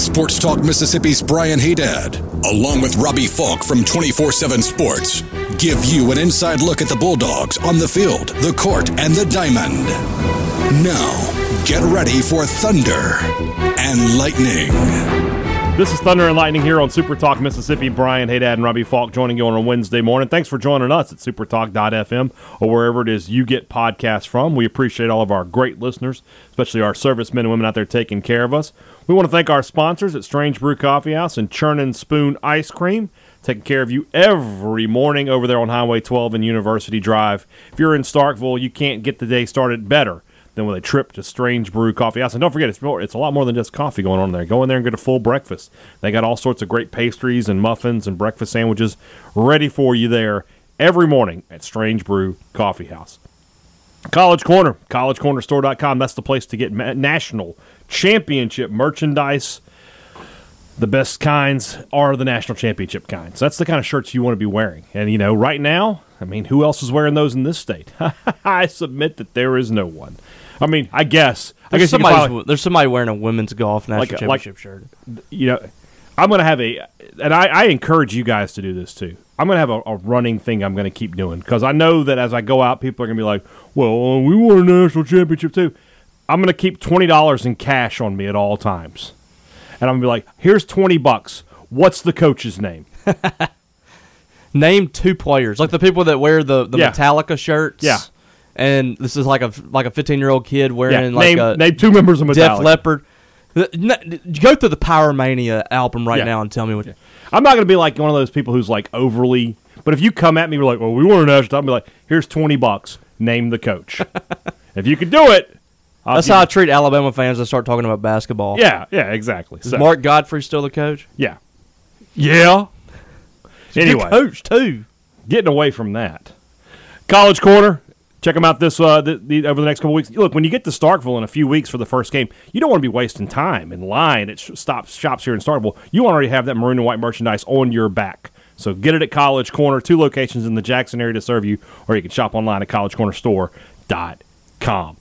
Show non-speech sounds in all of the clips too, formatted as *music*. Sports Talk Mississippi's Brian Haydad, along with Robbie Falk from 24 7 Sports, give you an inside look at the Bulldogs on the field, the court, and the diamond. Now, get ready for Thunder and Lightning. This is Thunder and Lightning here on Super Talk Mississippi. Brian Haydad and Robbie Falk joining you on a Wednesday morning. Thanks for joining us at supertalk.fm or wherever it is you get podcasts from. We appreciate all of our great listeners, especially our servicemen and women out there taking care of us. We want to thank our sponsors at Strange Brew Coffee House and Churn and Spoon Ice Cream, taking care of you every morning over there on Highway 12 and University Drive. If you're in Starkville, you can't get the day started better than with a trip to Strange Brew Coffee House. And don't forget, it's more, it's a lot more than just coffee going on there. Go in there and get a full breakfast. They got all sorts of great pastries and muffins and breakfast sandwiches ready for you there every morning at Strange Brew Coffee House. College Corner, collegecornerstore.com. That's the place to get ma- national championship merchandise. The best kinds are the national championship kinds. That's the kind of shirts you want to be wearing. And, you know, right now, I mean, who else is wearing those in this state? *laughs* I submit that there is no one. I mean, I guess. I There's guess you could somebody's- probably- there's somebody wearing a women's golf national Like a- like- championship shirt. you know, I'm going to have a, and I, I encourage you guys to do this too. I'm going to have a, a running thing I'm going to keep doing because I know that as I go out, people are going to be like, well, uh, we won a national championship too. I'm going to keep $20 in cash on me at all times. And I'm going to be like, here's 20 bucks. What's the coach's name? Name two players, like the people that wear the, the Yeah. Metallica shirts. Yeah. And this is like a like a 15 year old kid wearing yeah, like name, a name two members of Metallica. Def Leppard. The- n- Go through the Pyromania album right Yeah. now and tell me what. I'm not going to be like one of those people who's like overly. But if you come at me, we're like, well, we won a national. I'm be like, here's 20 bucks. Name the *laughs* coach. if you could do it, I'll That's give how you- I treat Alabama fans. that start talking about basketball. Yeah, yeah, exactly. Is So, Mark Godfrey still the coach? yeah, yeah. Good Anyway, coach too. getting away from that. College Corner, check them out this uh, the, the, over the next couple weeks. Look, when you get to Starkville in a few weeks for the first game, you don't want to be wasting time in line at sh- stop shops here in Starkville. You already have that maroon and white merchandise on your back. So get it at College Corner, two locations in the Jackson area to serve you, or you can shop online at collegecornerstore.com.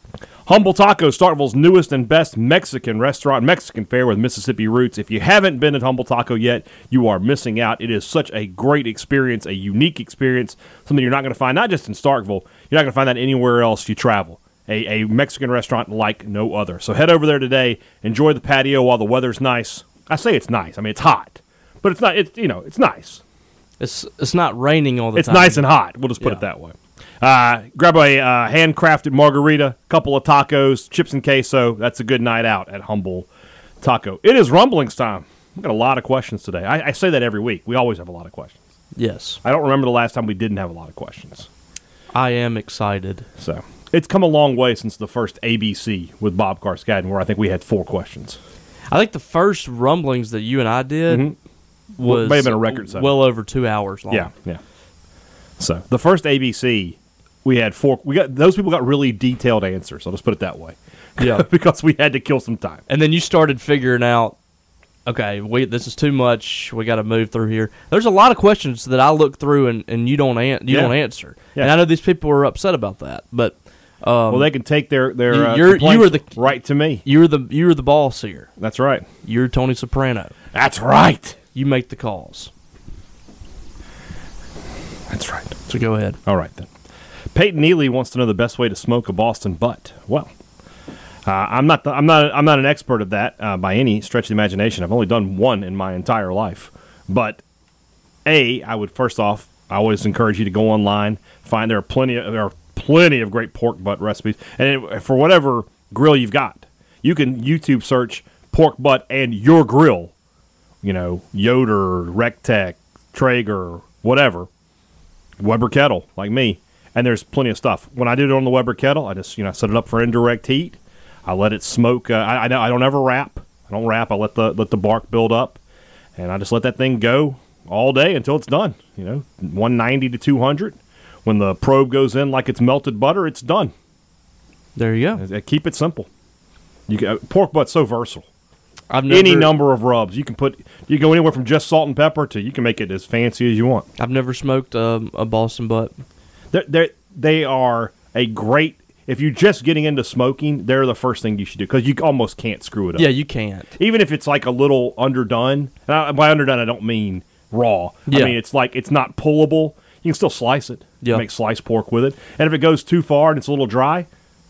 Humble Taco, Starkville's newest and best Mexican restaurant, Mexican fare with Mississippi roots. If you haven't been at Humble Taco yet, you are missing out. It is such a great experience, a unique experience, something you're not going to find, not just in Starkville, you're not going to find that anywhere else you travel. A, a Mexican restaurant like no other. So head over there today, enjoy the patio while the weather's nice. I say it's nice. I mean, it's hot, but it's not, it's, you know, it's nice. It's it's not raining all the It's time. nice and hot. We'll just put it that way. Uh, grab a uh, handcrafted margarita, couple of tacos, chips and queso. That's a good night out at Humble Taco. It is rumblings time. We got a lot of questions today. I, I say that every week. We always have a lot of questions. Yes, I don't remember the last time we didn't have a lot of questions. I am excited. So it's come a long way since the first ABC with Bob Karskadin, where I think we had four questions. I think the first rumblings that you and I did Mm-hmm. was May have been a record setting. well over two hours long. Yeah, yeah. So the first ABC, we had four. We got those people got really detailed answers. I'll just put it that way. *laughs* Yeah. *laughs* because we had to kill some time. and then you started figuring out okay we this is too much we got to move through here there's a lot of questions that i look through and, and you don't an, you Yeah. don't answer Yeah. and i know these people are upset about that but well, they can take their their you- uh, you're- you complaints are the- right to me. you're the you're the boss here That's right. you're tony soprano That's right. you make the calls That's right. so go ahead All right then. Peyton Neely wants to know the best way to smoke a Boston butt. Well, uh, I'm not the, I'm not I'm not an expert at that uh, by any stretch of the imagination. I've only done one in my entire life. But a I would first off I always encourage you to go online find there are plenty of, there are plenty of great pork butt recipes and it, for whatever grill you've got you can YouTube search pork butt and your grill you know Yoder Rectech Traeger whatever Weber kettle, like me, and there's plenty of stuff. When I did it on the Weber kettle, I just you know set it up for indirect heat. I let it smoke. Uh, I, I don't- I don't ever wrap. I don't wrap. I let the let the bark build up, and I just let that thing go all day until it's done. You know, 190 to 200. when the probe goes in like it's melted butter, it's done. There you go. Uh, Keep it simple. You can, uh, pork butt's so versatile. I've Any number of rubs you can put. You go anywhere from just salt and pepper to you can make it as fancy as you want. I've never smoked um, a Boston butt. They're, they're, they are a great. If you're just getting into smoking, they're the first thing you should do because you almost can't screw it up. Yeah, you can't. even if it's like a little underdone. And I, by underdone, I don't mean raw. I Yeah. mean it's like it's not pullable. You can still slice it. Yeah. Make sliced pork with it. And if it goes too far and it's a little dry,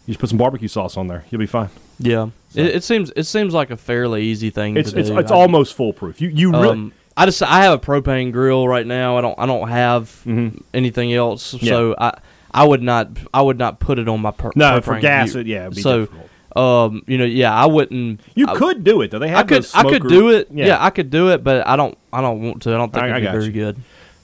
you just put some barbecue sauce on there. You'll be fine. Yeah, it, it seems it seems like a fairly easy thing. It's to it's do. it's I- almost foolproof. You you really Um, I just I have a propane grill right now. I don't I don't have Mm-hmm. anything else, so I I would not I would not put it on my per- No, propane for gas, grill. it- yeah, it'd be so difficult. um you know yeah I wouldn't you I, could do it though. They have I could those I could smoker- do it yeah. I could do it but I don't I don't want to I don't think I- I it'd got be very you. good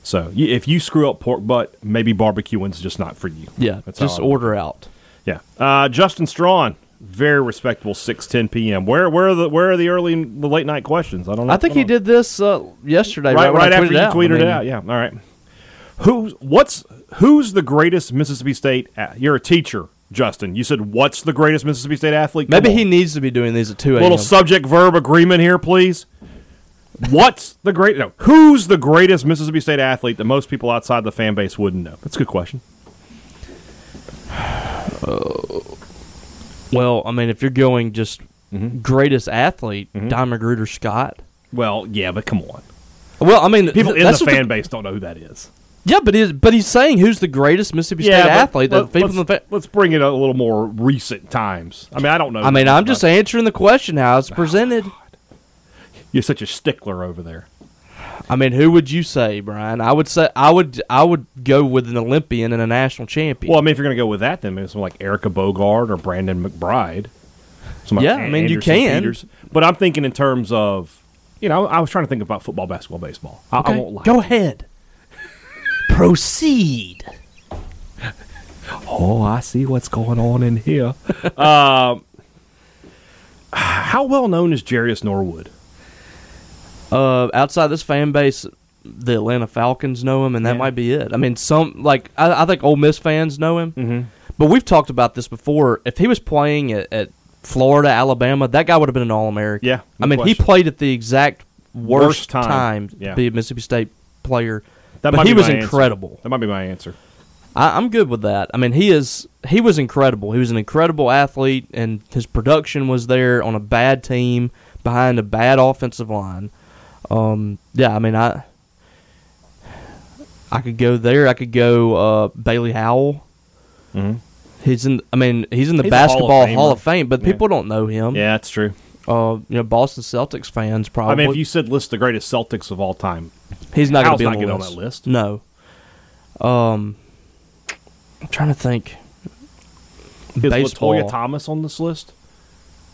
So you, if you screw up pork butt, maybe barbecuing's just not for you. yeah That's just how I- order out Yeah. Uh, Justin Strawn, very respectable, six ten p.m. Where where are the where are the early and the late night questions? I don't know. I think Hold he on. did this uh, yesterday right, right, when I right after you out. I tweeted it mean, out. Yeah. All right. Who's what's who's the greatest Mississippi State? a- You're a teacher, Justin. You said what's the greatest Mississippi State athlete? Come maybe on. he needs to be doing these at two a.m. little subject verb agreement here, please. What's the great? No, who's the greatest Mississippi State athlete that most people outside the fan base wouldn't know? That's a good question. well I mean if you're going just Mm-hmm. greatest athlete Diamond Gruder Scott Well, yeah, but come on, well I mean people in the that's what fan base don't know who that is. Yeah, but he's, but he's saying who's the greatest Mississippi State but athlete let- that people let's, in the fa- let's bring it a little more recent times. I mean, I don't know. I mean, I'm just answering the question how it's presented. you're such a stickler over there. I mean, who would you say, Brian? I would say I would I would go with an Olympian and a national champion. Well, I mean, if you're going to go with that, then maybe someone like Erica Bogard or Brandon McBride. Somebody Yeah, like I mean, you Anderson can. Peters. But I'm thinking in terms of, you know, I was trying to think about football, basketball, baseball. I, I Okay, won't lie. *laughs* go ahead. Proceed. Oh, I see what's going on in here. *laughs* um, how well known is Jarius Norwood? Uh, outside this fan base, the Atlanta Falcons know him, and that Yeah. might be it. I mean, some like I, I think Ole Miss fans know him, mm-hmm. but we've talked about this before. If he was playing at, at Florida, Alabama, that guy would have been an All-American. Yeah, no I mean, he question. played at the exact worst, Worst time. time, Yeah. to be a Mississippi State player. That but might he be was my answer. incredible. That might be my answer. I, I'm good with that. I mean, he is he was incredible. He was an incredible athlete, and his production was there on a bad team behind a bad offensive line. Um, yeah, I mean, I I could go there. I could go uh, Bailey Howell. He's in. I mean, he's in Mm-hmm. He's a the Hall of basketball Famer. Hall of Fame, but people don't know him. Yeah, that's true. Uh, you know, Boston Celtics fans I probably. mean, if you said list the greatest Celtics of all time, He's not going Al's to be not on, the getting on list. that list. No. Um, I'm trying to think. is Baseball. Latoya Thomas on this list?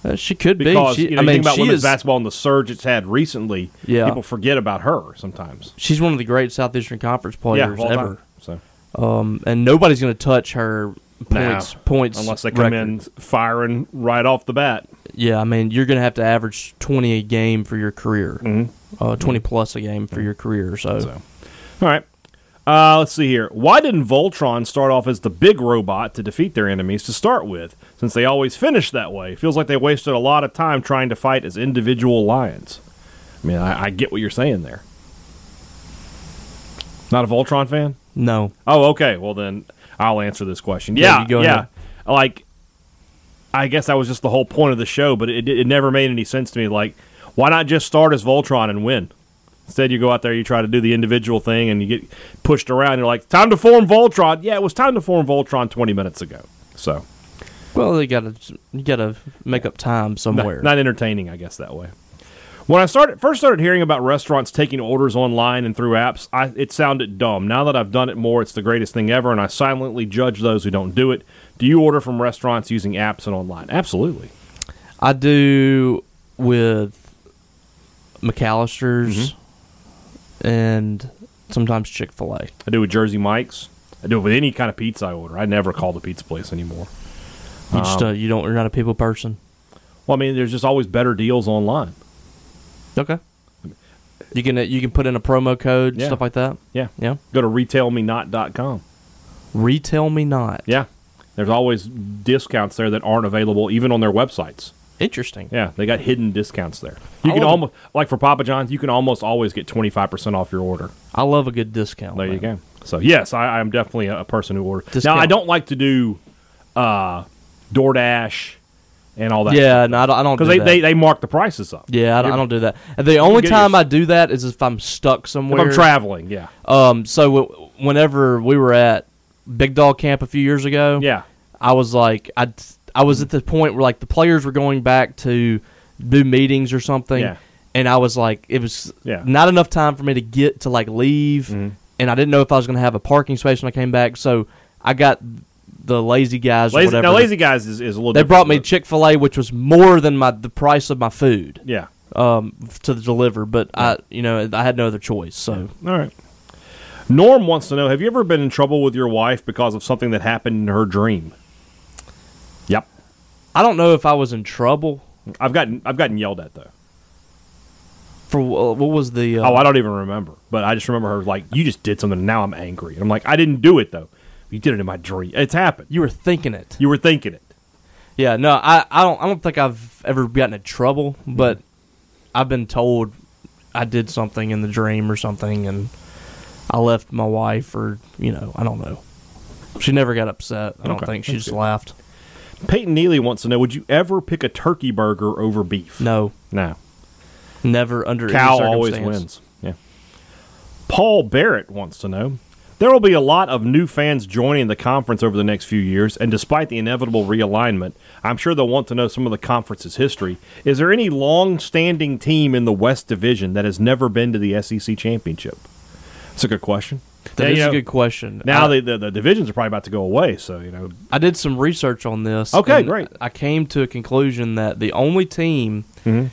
Uh, she could Because be. She, you know, I you mean, think about she women's is. basketball and the surge it's had recently. Yeah. people forget about her sometimes. She's one of the great Southeastern Conference yeah, players of all time. ever. So Um, and nobody's going to touch her points. Nah, points unless they come record. in firing right off the bat. Yeah, I mean, you're going to have to average 20 a game for your career. Uh, 20 plus a game for your career. So, Mm-hmm. So, all right. Uh, let's see here. Why didn't Voltron start off as the big robot to defeat their enemies to start with? Since they always finish that way, feels like they wasted a lot of time trying to fight as individual lions. I mean, I, I get what you're saying there. Not a Voltron fan? no. Oh, okay. Well, then I'll answer this question. Yeah, Yeah, you go yeah. ahead. Like, I guess that was just the whole point of the show, but it it never made any sense to me. Like, why not just start as Voltron and win? Instead, you go out there, you try to do the individual thing, and you get pushed around. You're like, time to form Voltron. Yeah, it was time to form Voltron 20 minutes ago. So, Well, they got to you got to make up time not- somewhere. Not entertaining, I guess that way. When I started first started hearing about restaurants taking orders online and through apps, I, it sounded dumb. Now that I've done it more, it's the greatest thing ever, and I silently judge those who don't do it. Do you order from restaurants using apps and online? Absolutely. I do with McAllister's Mm-hmm. and sometimes Chick Fil A. I do with Jersey Mike's. I do it with any kind of pizza I order. I never call the pizza place anymore. You just Um, uh, you don't you're not a people person. Well, I mean, there's just always better deals online. Okay. You can uh, you can put in a promo code Yeah. stuff like that. Yeah. Yeah. Go to retailmenot.com. Retail Me Not. Yeah. There's always discounts there that aren't available even on their websites. Interesting. Yeah, they got hidden discounts there. You I can love it. almost like for Papa John's, you can almost always get 25% off your order. I love a good discount. There you man. go. So yes, I, I'm definitely a, a person who orders. Discount. Now I don't like to do uh, DoorDash and all that. Yeah, no, I don't. I don't because do they, that. they they mark the prices up. yeah, I don't, I don't do that. The only get time your- I do that is if I'm stuck if somewhere. I'm traveling, yeah, Um, so w- whenever we were at Big Dog Camp a few years ago, yeah, I was like, I I was at the point where like the players were going back to do meetings or something, Yeah. and I was like, it was Yeah. Mm-hmm. not enough time for me to get to like leave, and I didn't know if I was going to have a parking space when I came back, so I got the lazy guys. or lazy, whatever. now lazy guys is, is a little. They different, brought me but- Chick Fil A, which was more than my the price of my food yeah. um, to deliver, but I you know I had no other choice, so All right. Norm wants to know: Have you ever been in trouble with your wife because of something that happened in her dream? Yep, I don't know if I was in trouble. I've gotten I've gotten yelled at though. For wh- what was the? Uh, Oh, I don't even remember. But I just remember her like, you just did something, and now I'm angry. And I'm like, I didn't do it though. You did it in my dream. It's happened. you were thinking it. You were thinking it. Yeah, no, I, I don't I don't think I've ever gotten in trouble, but I've been told I did something in the dream or something, and I left my wife, or you know, I don't know. She never got upset. I don't Okay, think she that's just laughed. Peyton Neely wants to know: Would you ever pick a turkey burger over beef? No, no. never under Cow any always circumstance. wins. Yeah. Paul Barrett wants to know. There will be a lot of new fans joining the conference over the next few years, and despite the inevitable realignment, I'm sure they'll want to know some of the conference's history. Is there any long standing team in the West Division that has never been to the SEC Championship? That's a good question. That Now, is you know, a good question. Now I, the, the, the divisions are probably about to go away, so, you know, I did some research on this. Okay, and great. I came to a conclusion that the only team Mm-hmm.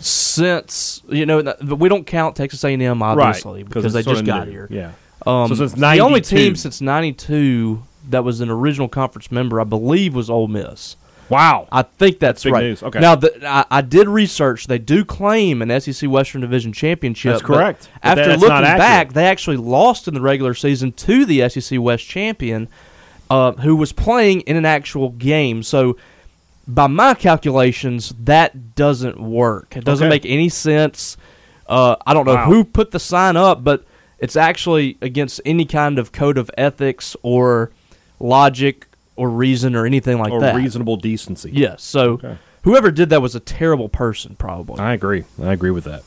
since you know, th- but we don't count Texas A and M obviously right, because it's they sorta just got new. here. Yeah. Um, So since the only 92. team since '92 that was an original conference member, I believe, was Ole Miss. Wow. I think that's, big right. news. Okay. Now, the, I, I did research. They do claim an SEC Western Division championship. That's but correct. But after that's not looking accurate. back, they actually lost in the regular season to the SEC West champion, uh, who was playing in an actual game. So, by my calculations, that doesn't work. It doesn't Okay. make any sense. Uh, I don't know Wow. who put the sign up, but it's actually against any kind of code of ethics or logic or reason or anything like or that. reasonable decency. Yes. So whoever did that was a terrible person, probably. I agree. I agree with that.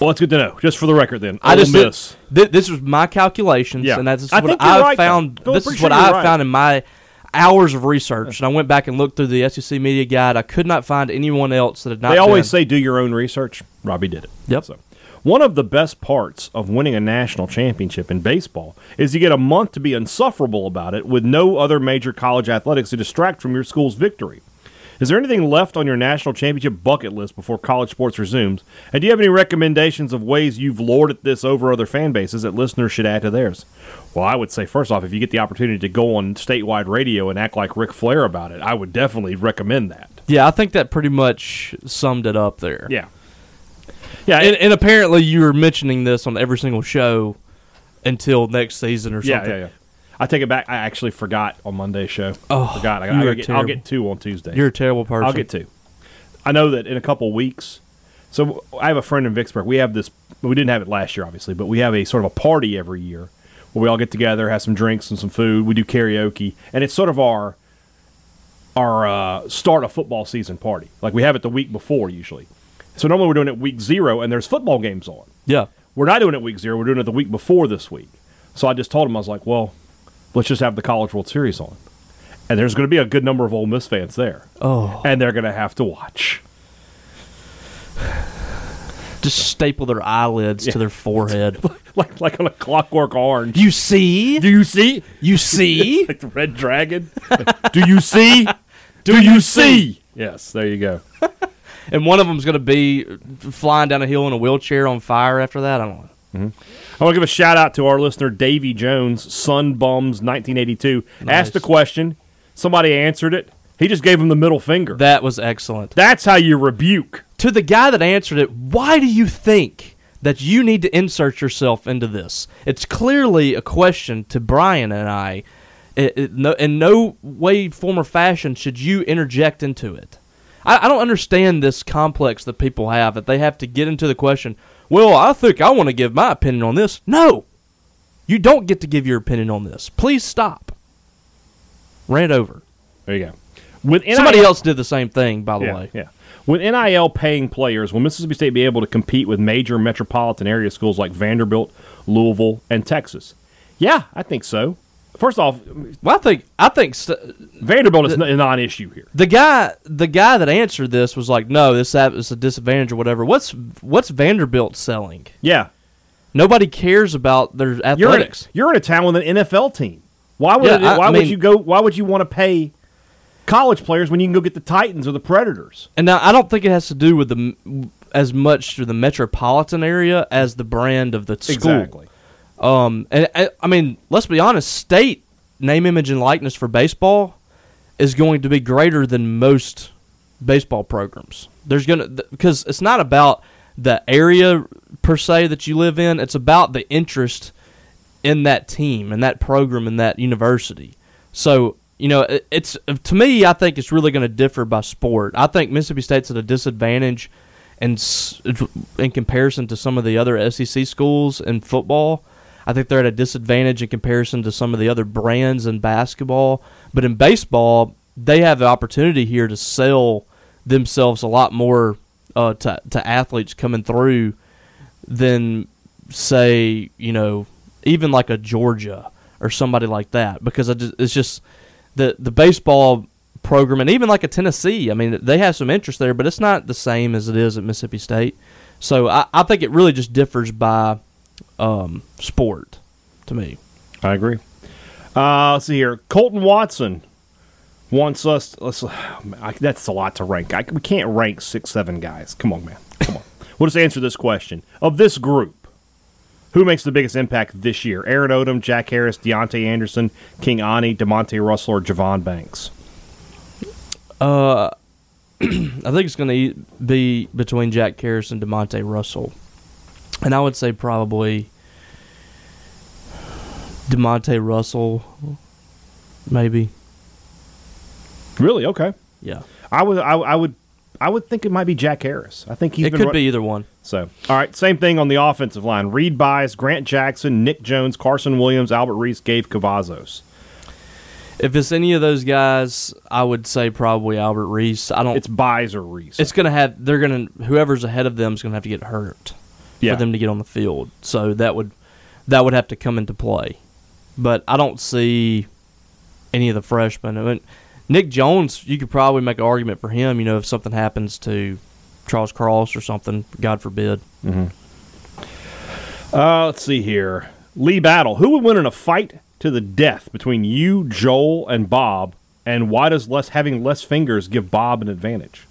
Well, that's good to know. Just for the record, then I Ole just did- Miss. thi- this was my calculations, Yeah. and that's I what think you're I right, though. found. Feel This pretty is what sure you're I right. found in my hours of research, and I went back and looked through the SEC media guide. I could not find anyone else that had not. They always been. say do your own research. Robbie did it. Yep. So, one of the best parts of winning a national championship in baseball is you get a month to be insufferable about it with no other major college athletics to distract from your school's victory. Is there anything left on your national championship bucket list before college sports resumes? And do you have any recommendations of ways you've lorded this over other fan bases that listeners should add to theirs? Well, I would say first off, if you get the opportunity to go on statewide radio and act like Ric Flair about it, I would definitely recommend that. Yeah, I think that pretty much summed it up there. Yeah. Yeah, and, it, and apparently you were mentioning this on every single show until next season or yeah, something. yeah, yeah. I take it back. I actually forgot on Monday's show. Oh, forgot. I, you I are get, I'll terrible. get two on Tuesday. You're a terrible person. I'll get two. I know that in a couple weeks. So I have a friend in Vicksburg. We have this. We didn't have it last year, obviously, but we have a sort of a party every year where we all get together, have some drinks and some food. We do karaoke, and it's sort of our our uh, start of football season party. Like we have it the week before usually. So normally we're doing it week zero, and there's football games on. Yeah. we're not doing it week zero. We're doing it the week before this week. So I just told him, I was like, well, let's just have the College World Series on. And there's going to be a good number of Ole Miss fans there. Oh. And they're going to have to watch. *laughs* Just staple their eyelids to *laughs* their forehead. Like like on a clockwork orange. you see? Do you see? *laughs* You see? Like the red dragon. *laughs* Do you see? Do you see? Yes, there you go. and one of them's going to be flying down a hill in a wheelchair on fire after that. I don't know. I want to give a shout out to our listener, Davy Jones, Sun Bums 1982. Asked a question. Somebody answered it. He just gave him the middle finger. That was excellent. That's how you rebuke. To the guy that answered it, why do you think that you need to insert yourself into this. It's clearly a question to Brian and I. It, it, no, in no way, form, or fashion should you interject into it. I, I don't understand this complex that people have that they have to get into the question. Well, I think I want to give my opinion on this. No, you don't get to give your opinion on this. Please stop. Rant over. There you go. With Somebody NIL else did the same thing, by the yeah, way. Yeah. With NIL paying players, will Mississippi State be able to compete with major metropolitan area schools like Vanderbilt, Louisville, and Texas? Yeah, I think so. First off, Well, I think I think st- Vanderbilt is n- a non-issue here. the guy the guy that answered this was like, "No, this app is a disadvantage or whatever." What's what's Vanderbilt selling? Yeah, Nobody cares about their you're in, athletics. you're in a town with an NFL team. Why would Yeah, it, I- why I would mean- you go? Why would you want to pay college players when you can go get the Titans or the Predators? And now I don't think it has to do with the m- as much to the metropolitan area as the brand of the school. Um, and I, I mean, let's be honest. State name, image, and likeness for baseball is going to be greater than most baseball programs. There's gonna because it's not about the area per se that you live in. It's about the interest in that team and that program and that university. So you know, it, it's to me, I think it's really going to differ by sport. I think Mississippi State's at a disadvantage, in s- in comparison to some of the other SEC schools in football. I think they're at a disadvantage in comparison to some of the other brands in basketball. But in baseball, they have the opportunity here to sell themselves a lot more uh, to to athletes coming through than say you know even like a Georgia or somebody like that because I just, it's just the the baseball program and even like a Tennessee I mean they have some interest there but it's not the same as it is at Mississippi State so I, I think it really just differs by um, sport to me I agree. Uh, let's see here. Colton Watson wants us. Let's, I, that's a lot to rank. I, we can't rank six, seven guys. Come on, man. Come *laughs* on. We'll just answer this question of this group. Who makes the biggest impact this year? Aaron Odom, Jack Harris, Deontay Anderson, King Ani, Demonte Russell, or Javon Banks? I think it's going to be between Jack Karras and Demonte Russell, and I would say probably Demonte Russell, maybe. Really? Okay. Yeah, I would. I, I would. I would think it might be Jack Harris. I think he's it been could run- be either one. So, all right, same thing on the offensive line. Reed Bias, Grant Jackson, Nick Jones, Carson Williams, Albert Reese, Gabe Cavazos. If it's any of those guys, I would say probably Albert Reese. I don't. It's It's, Bias or Reese. going to have. They're going to. Whoever's ahead of them is going to have to get hurt Yeah. for them to get on the field. So that would that would have to come into play. But I don't see any of the freshmen. I mean, Nick Jones, you could probably make an argument for him. You know, if something happens to Charles Cross or something, God forbid. Uh, let's see here. Lee Battle. Who would win in a fight to the death between you, Joel, and Bob? And why does less having less fingers give Bob an advantage?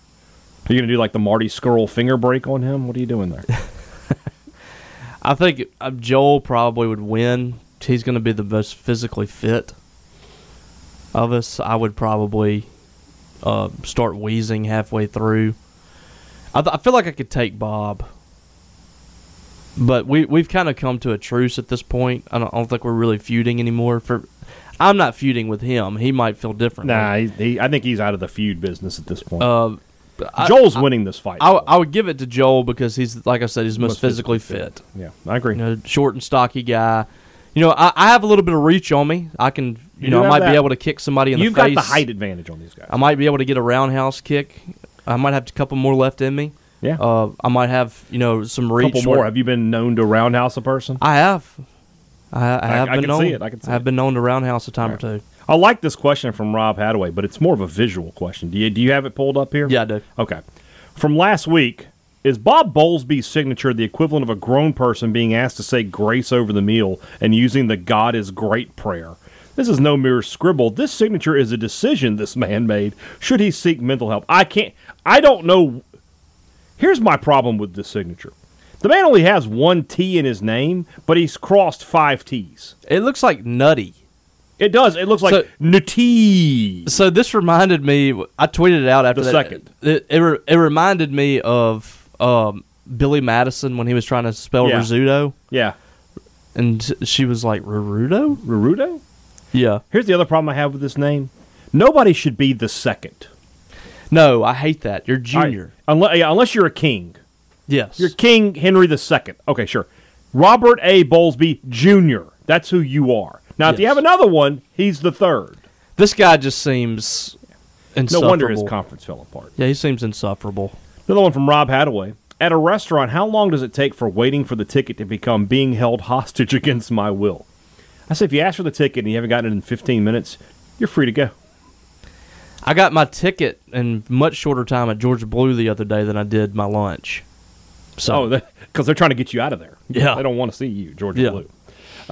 Are you going to do like the Marty Skrull finger break on him? What are you doing *laughs* there? I think uh, Joel probably would win. He's going to be the most physically fit of us. I would probably uh, start wheezing halfway through. I, th- I feel like I could take Bob, but we we've kind of come to a truce at this point. I don't, I don't think we're really feuding anymore. For I'm not feuding with him. He might feel different. nah, he, he, I think he's out of the feud business at this point. Uh, I- Joel's winning this fight. I, w- I would give it to Joel because he's like I said, he's the most, Most physically physically, fit. fit. yeah, I agree. you know, short and stocky guy. You know, I, I have a little bit of reach on me. I can, you, You do know, I have might that. be able to kick somebody in You've the got face. the height advantage on these guys. I might be able to get a roundhouse kick. I might have a couple more left in me. Yeah. Uh, I might have, you know, some reach. couple more. where- Have you been known to roundhouse a person? I have. I, I have I been can known. see it. I can see have it. been known to roundhouse a time or two. I like this question from Rob Hadaway, but it's more of a visual question. Do you do you have it pulled up here? Yeah, I do. Okay. From last week, is Bob Bowlesby's signature the equivalent of a grown person being asked to say grace over the meal and using the God is great prayer? This is no mere scribble. This signature is a decision this man made. Should he seek mental help? I can't I don't know Here's my problem with this signature. The man only has one T in his name, but he's crossed five T's. It looks like nutty. It does. It looks like So- Nutty. So this reminded me. I tweeted it out after The that. second. It it, re- it reminded me of um, Billy Madison when he was trying to spell Yeah. Rizzuto, Yeah. and she was like Rarudo. Rurudo? Yeah, Here's the other problem I have with this name. Nobody should be the second. no, I hate that. You're All right. junior. Unle- yeah, unless you're a king. Yes, You're King Henry II. Okay, sure. Robert A. Bowlesby Jr. That's who you are. Now, if you Yes. have another one, he's the third. this guy just seems No insufferable. wonder his conference fell apart. yeah, he seems insufferable. Another one from Rob Hadaway. At a restaurant, how long does it take for waiting for the ticket to become being held *laughs* hostage against my will? I said, if you ask for the ticket and you haven't gotten it in 15 minutes, you're free to go. I got my ticket in much shorter time at Georgia Blue the other day than I did my lunch. So Oh, because they're trying to get you out of there. Yeah. They don't want to see you, Georgia Yeah. Blue.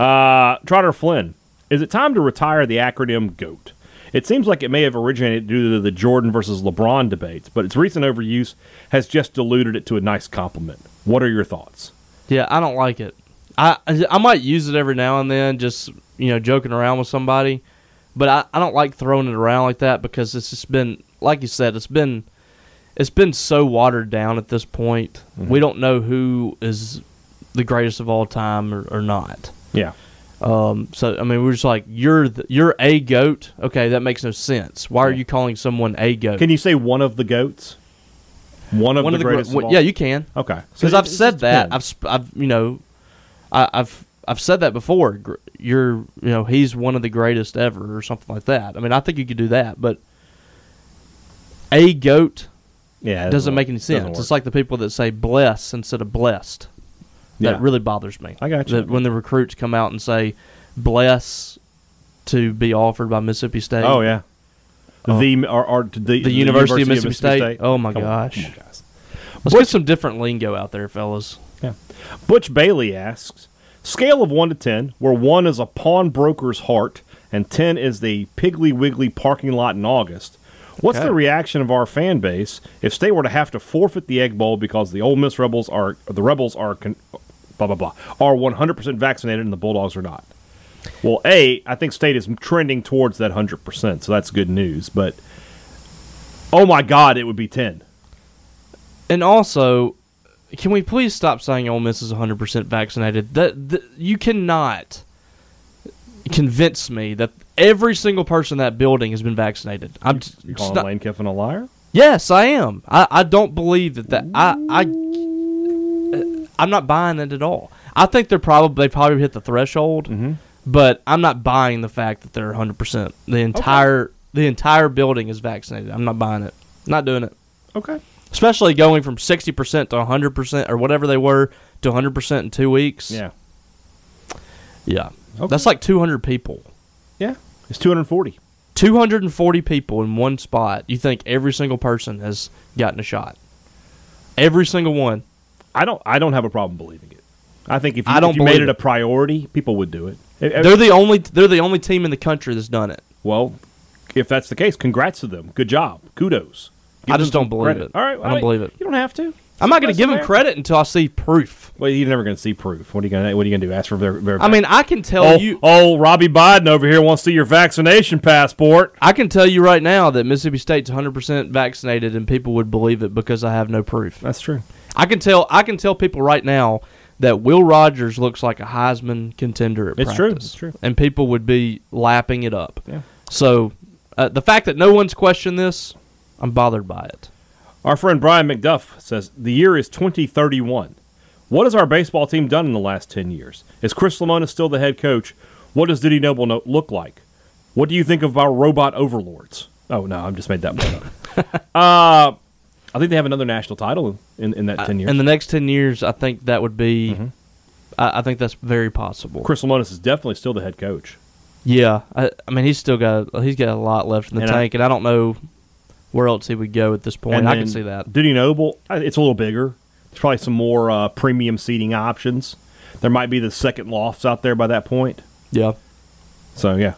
Uh, Trotter Flynn, is it time to retire the acronym GOAT? It seems like it may have originated due to the Jordan versus LeBron debates, but its recent overuse has just diluted it to a nice compliment. What are your thoughts? yeah, I don't like it. I I might use it every now and then, just you know, joking around with somebody, but I, I don't like throwing it around like that because it's just been like you said, it's been it's been so watered down at this point. Mm-hmm. We don't know who is the greatest of all time or, or not. Yeah. Um, so I mean, we're just like you're the, you're a goat. Okay, that makes no sense. Why are Yeah. you calling someone a goat? Can you say one of the GOATs? One of one the of the gre- greatest. of one- all- yeah, you can Okay. because So I've it- said it that. depends. I've sp- I've you know, I, I've I've said that before. Gr- You're you know he's one of the greatest ever or something like that. I mean, I think you could do that, but a goat yeah. it doesn't make any doesn't sense. work. It's like the people that say bless instead of blessed. Yeah. That really bothers me. I got you. That when the recruits come out and say bless to be offered by Mississippi State. Oh yeah. the or, or the, the University of Mississippi State? Oh, my Come on, gosh. come on, guys. Let's get some different lingo out there, fellas. Yeah. Butch Bailey asks Scale of 1 to 10, where 1 is a pawnbroker's heart and 10 is the Piggly Wiggly parking lot in August. What's Okay. the reaction of our fan base if they were to have to forfeit the Egg Bowl because the Ole Miss Rebels are the Rebels are con- blah blah blah are 100% vaccinated and the Bulldogs are not? Well, A, I think state is trending towards that 100%, so that's good news, but oh my god, it would be 10. And also, can we please stop saying Ole Miss is 100% vaccinated? That, that you cannot convince me that every single person in that building has been vaccinated. I'm just, You just calling not- Lane Kiffin a liar? yes, I am. I, I don't believe that that I I uh, I'm not buying it at all. I think they're probably they probably hit the threshold, Mm-hmm. but I'm not buying the fact that they're 100%. The entire the entire building is vaccinated. I'm not buying it. Not doing it Okay. especially going from 60% to 100% or whatever they were to 100% in two weeks. Yeah. Yeah. Okay. That's like 200 people. Yeah. It's 240. 240 people in one spot. You think every single person has gotten a shot. Every single one. I don't. I don't have a problem believing it. I think if you, I don't if you made believe it it. a priority, people would do it. E, If- if- They're the only they're the only team in the country that's done it. well, if that's the case, congrats to them. Good job. Kudos. I them just don't some believe credit. it. All right. I don't believe it. You don't have to. I'm not going Somebody's to give them there. credit until I see proof. Well, you're never going to see proof. What are you going to? What are you going to do? Ask for ver- ver- I mean, I can tell oh, you oh, Robbie Biden over here wants to see your vaccination passport. I can tell you right now that Mississippi State's 100% vaccinated and people would believe it because I have no proof. That's true. I can tell I can tell people right now that Will Rogers looks like a Heisman contender at It's true, practice. it's true. And people would be lapping it up. Yeah. So uh, the fact that no one's questioned this, I'm bothered by it. Our friend Brian McDuff says the year is 2031. What has our baseball team done in the last 10 years? Is Chris Lamona still the head coach? What does Diddy Noble no- look like? What do you think of our robot overlords? Oh, no, I've just made that *laughs* one up. uh, I think they have another national title in, in Uh, that 10 years. Mm-hmm. In the next 10 years, I think that would be I, I think that's very possible. Chris Lamonis is definitely still the head coach. Yeah. I, I mean, he's still got he's got a lot left in the And I- tank and I don't know where else he would go at this point. I can then see that. Diddy Noble, uh, it's a little bigger. There's probably some more uh, premium seating options. There might be the second lofts out there by that point. Yeah. So yeah,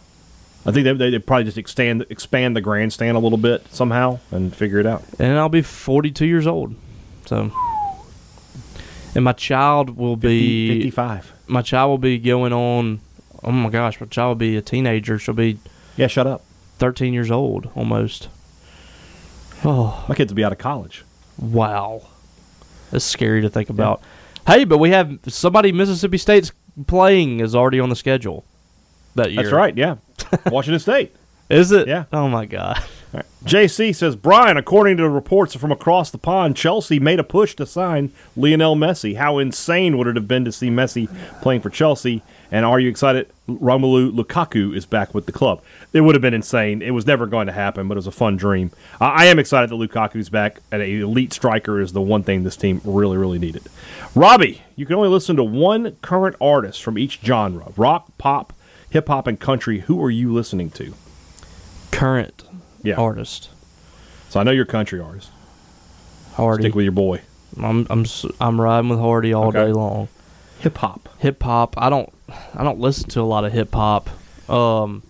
I think they they they'd probably just expand expand the grandstand a little bit somehow and figure it out. and I'll be 42 years old. So, and my child will be Fifty five. my child will be going on. Oh my gosh, my child will be a teenager. She'll be Yeah, shut up. 13 years old almost. Oh My kids will be out of college. wow, It's scary to think about. Hey, but we have somebody Mississippi State's playing is already on the schedule that year. That's right. Yeah, Washington State. Is it? Yeah. Oh my god. All right. JC says Brian. According to reports from across the pond, Chelsea made a push to sign Lionel Messi. How insane would it have been to see Messi playing for Chelsea? And are you excited? Romelu Lukaku is back with the club. It would have been insane. It was never going to happen, but it was a fun dream. I, I am excited that Lukaku's back, and an elite striker is the one thing this team really, really needed. Robbie, you can only listen to one current artist from each genre: rock, pop, hip hop, and country. Who are you listening to? Current Yeah. artist. So I know you're a country artist. Hardy. Stick with your boy. I'm I'm s- I'm riding with Hardy all Okay. day long. Hip hop. Hip hop. I don't I don't listen to a lot of hip hop. Um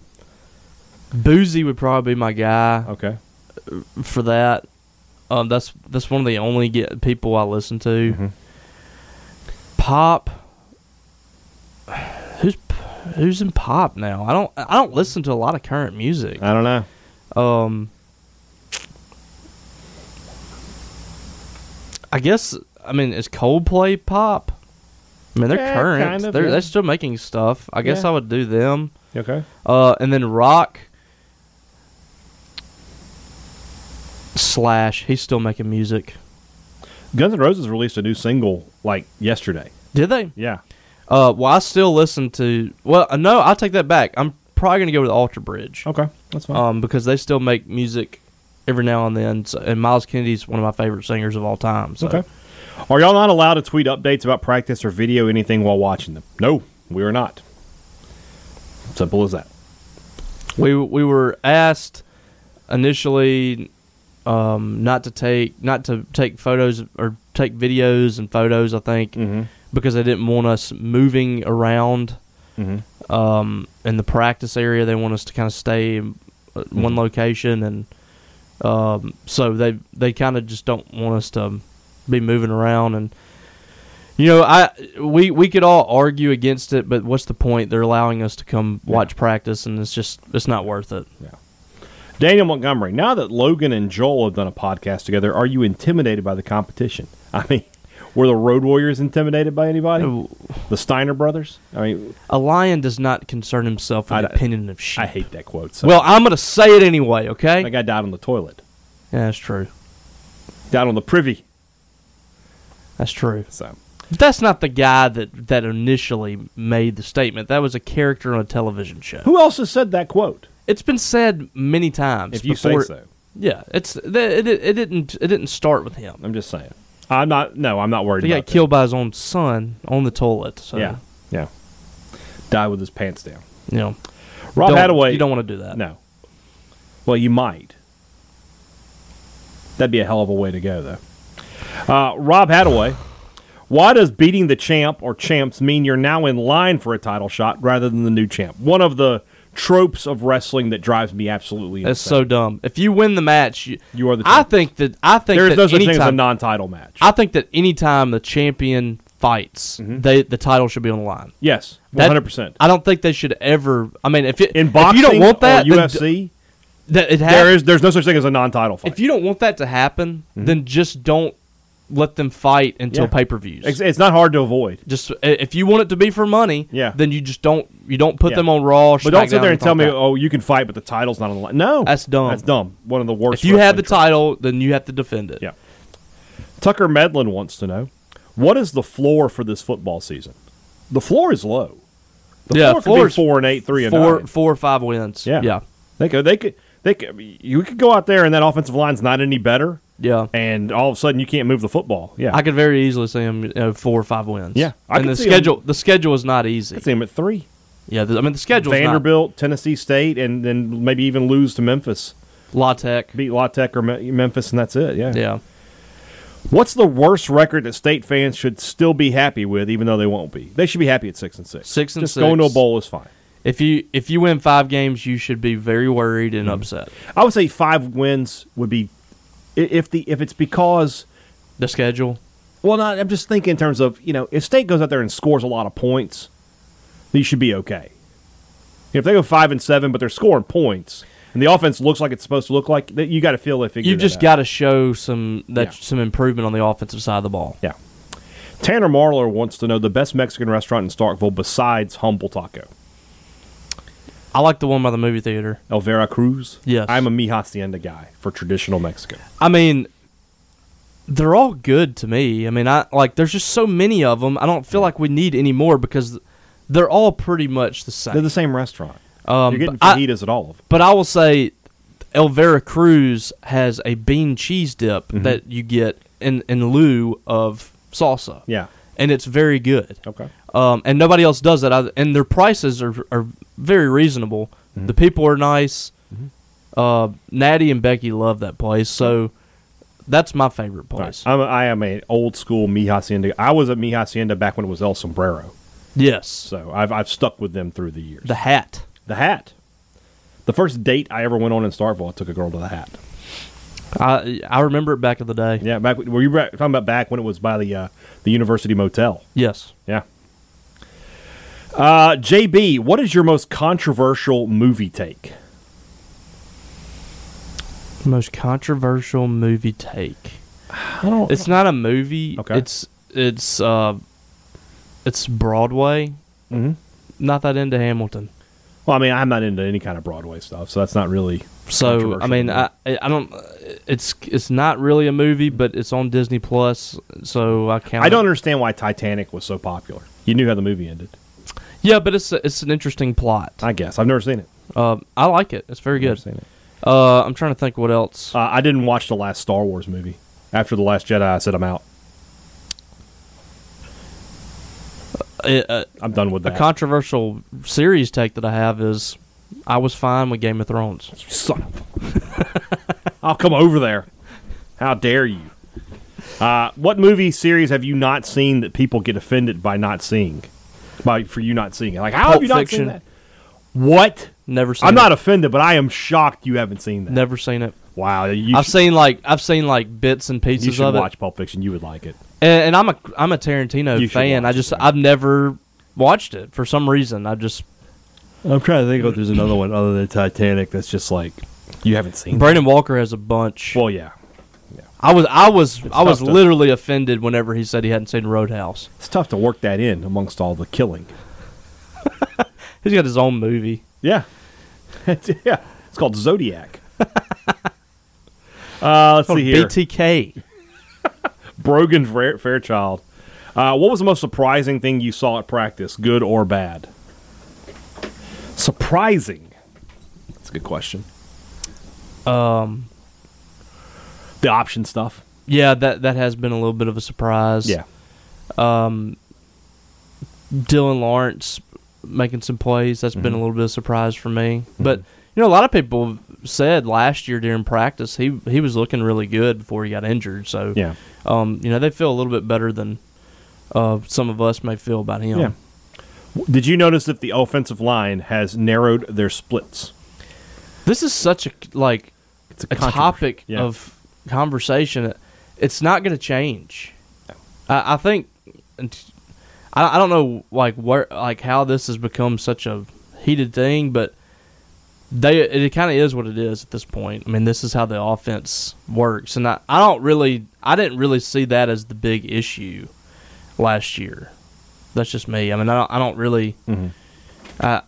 Boozy would probably be my guy. Okay. for that. Um, that's that's one of the only get people I listen to. Pop. Who's p- who's in pop now? I don't I don't listen to a lot of current music. I don't know. Um, I guess I mean is Coldplay pop? I mean they're Yeah, current. kind of, they're yeah. they're still making stuff. I guess Yeah. I would do them. Okay. Uh, and then Rock slash he's still making music. Guns N' Roses released a new single like yesterday. Did they? Yeah. Uh, well, I still listen to. Well, uh, no, I take that back. I'm probably gonna go with Alter Bridge. Okay. That's fine. Um, because they still make music every now and then, so, and Miles Kennedy's one of my favorite singers of all time. So. okay. Are y'all not allowed to tweet updates about practice or video anything while watching them? No, we are not. Simple as that. We we were asked initially um, not to take not to take photos or take videos and photos. I think Mm-hmm. because they didn't want us moving around Mm-hmm. um, in the practice area. They want us to kind of stay in uh, one Mm-hmm. location, and um, so they they kind of just don't want us to be moving around and. You know, I we we could all argue against it, but what's the point? They're allowing us to come watch practice, and it's just it's not worth it. Daniel Montgomery, now that Logan and Joel have done a podcast together, are you intimidated by the competition? *laughs* I mean, were the Road Warriors intimidated by anybody? The Steiner brothers? I mean, A lion does not concern himself with I- the opinion of sheep. I hate that quote. So. well, I'm gonna say it anyway. Okay, that guy died on the toilet, yeah, that's true. died on the privy. That's true. So. But that's not the guy that that initially made the statement. That was a character on a television show. Who else has said that quote? It's been said many times. If you say before- so. yeah. It's th- it, it, it didn't it didn't start with him. I'm just saying. I'm not. No, I'm not worried. He about got that. killed by his own son on the toilet. So Yeah, yeah. Died with his pants down. you know, Rob don't- Hadaway. You don't want to do that. No. Well, you might. That'd be a hell of a way to go, though. Uh, Rob Hadaway. Why does beating the champ or champs mean you're now in line for a title shot rather than the new champ? One of the tropes of wrestling that drives me absolutely That's insane. so dumb. If you win the match, you, You are the I champion. think that I think there is that no such thing as a anytime- non-title match. I think that anytime the champion fights, they the title should be on the line. yes, That- Mm-hmm. one hundred percent. I don't think they should ever. I mean, if it In boxing if you don't want that, or then d- UFC, that it ha- there is there's no such thing as a non-title fight. If you don't want that to happen, then just don't let them fight until Yeah. pay per views. It's, it's not hard to avoid. Just i- if you want it to be for money, Yeah. then you just don't you don't put Yeah. them on Raw. But don't sit SmackDown, there and tell me, anything like oh, you can fight, but the title's not on the line. No, That's dumb. That's dumb. One of the that. worst. If you have the wrestling tropes. title, then you have to defend it. Yeah. Tucker Medlin wants to know, what is the floor for this football season? The floor is low. The Yeah, floor, could floor's be four and eight, three and four nine. four or five wins. Yeah, yeah, They could, they could, they could. You could go out there and that offensive line's not any better, yeah. and all of a sudden you can't move the football. Yeah, I could very easily see them you know, four or five wins. Yeah, I and could the see 'em- schedule the schedule is not easy. could see him at three. Yeah, the, I mean the schedule. Vanderbilt, Tennessee State, and then maybe even lose to Memphis. La Tech. Beat La Tech or Me- Memphis, and that's it. Yeah, What's the worst record that state fans should still be happy with, even though they won't be? They should be happy at six and six. Six and Just going to a six. bowl is fine. if you if you win five games, you should be very worried and Mm-hmm. upset. I would say five wins would be i- if the if it's because The schedule. well, not. I'm just thinking in terms of you know if state goes out there and scores a lot of points, then you should be okay. If they go five and seven, but they're scoring points, and the offense looks like it's supposed to look like. That you got to feel they figure. You've that just out. got to show some that Yeah. some improvement on the offensive side of the ball. Yeah. Tanner Marlar wants to know the best Mexican restaurant in Starkville besides Humble Taco. I like the one by the movie theater. El Veracruz. Yes. I'm a mi hacienda guy for traditional Mexican. I mean, they're all good to me. I mean, I like there's just so many of them. I don't feel like we need any more because they're all pretty much the same. They're the same restaurant. Uh, um, You're getting but I- fajitas at all of them. But I will say, Elvera Cruz has a bean cheese dip Mm-hmm. that you get in in lieu of salsa. Yeah. and it's very good. Okay. Um, and nobody else does that. I, and their prices are are very reasonable. Mm-hmm. The people are nice. Uh, Natty and Becky love that place, so that's my favorite All place. right. I'm a, I am an old school mi hacienda. I was at mi hacienda back when it was El Sombrero, yes, so I've I've stuck with them through the years. the hat. The hat. The first date I ever went on in Starkville, I took a girl to the hat. I I remember it back in the day. Yeah, back were you back, talking about back when it was by the uh, the University Motel? Yes, Yeah. Uh, JB, what is your most controversial movie take? most controversial movie take. I don't. It's not a movie. Okay. It's it's uh, it's Broadway. Mhm. Not that into Hamilton. well, I mean, I'm not into any kind of Broadway stuff, so that's not really. So I controversial. mean, I I I don't. It's it's not really a movie, but it's on Disney Plus, so I count. I don't it. understand why Titanic was so popular. You knew how the movie ended. Yeah, but it's it's an interesting plot. I guess I've never seen it. Uh, I like it. It's very Never good. seen it. Uh, I'm trying to think what else. Uh, I didn't watch the last Star Wars movie. After the Last Jedi, I said I'm out. Uh, uh, I'm done with a that. controversial series take that I have is I was fine with Game of Thrones. Son of a- *laughs* I'll come over there. How dare you? Uh, what movie series have you not seen that people get offended by not seeing? By for you not seeing it? Like how have Pulp you not Fiction. seen that? What? Never seen. I'm it. not offended, but I am shocked you haven't seen that. Never seen it. Wow, you I've should, seen like I've seen like bits and you pieces should of it. watch Pulp Fiction. You would like it. And, and I'm a I'm a Tarantino You should fan. I watch it, just man. I've never watched it for some reason. I just I'm trying to think if there's another one other than Titanic that's just like you haven't seen. Brandon Walker has a bunch. Well, yeah, I was I was I was tough to- literally offended whenever he said he hadn't seen Roadhouse. it's tough to work that in amongst all the killing. He's got his own movie. Yeah. *laughs* yeah. It's called Zodiac. *laughs* uh, let's Called see here. BTK. Brogan Fair- Fairchild. Uh, what was the most surprising thing you saw at practice, good or bad? Surprising. That's a good question. Um The option stuff. yeah, that that has been a little bit of a surprise. Yeah. Um Dylan Lawrence making some plays, That's Mm-hmm. been a little bit of a surprise for me. But you know, a lot of people said last year during practice he he was looking really good before he got injured. So Yeah. um, you know, they feel a little bit better than uh, some of us may feel about him. Yeah. W- Did you notice that the offensive line has narrowed their splits? This is such a like It's a controversy. topic Yeah. of conversation. It's not going to change. I, I think. I, I don't know, like where, like how this has become such a heated thing, but they it, kind of is what it is at this point. I mean, this is how the offense works, and I, I don't really, I didn't really see that as the big issue last year. That's just me. I mean, I don't, I don't really. I-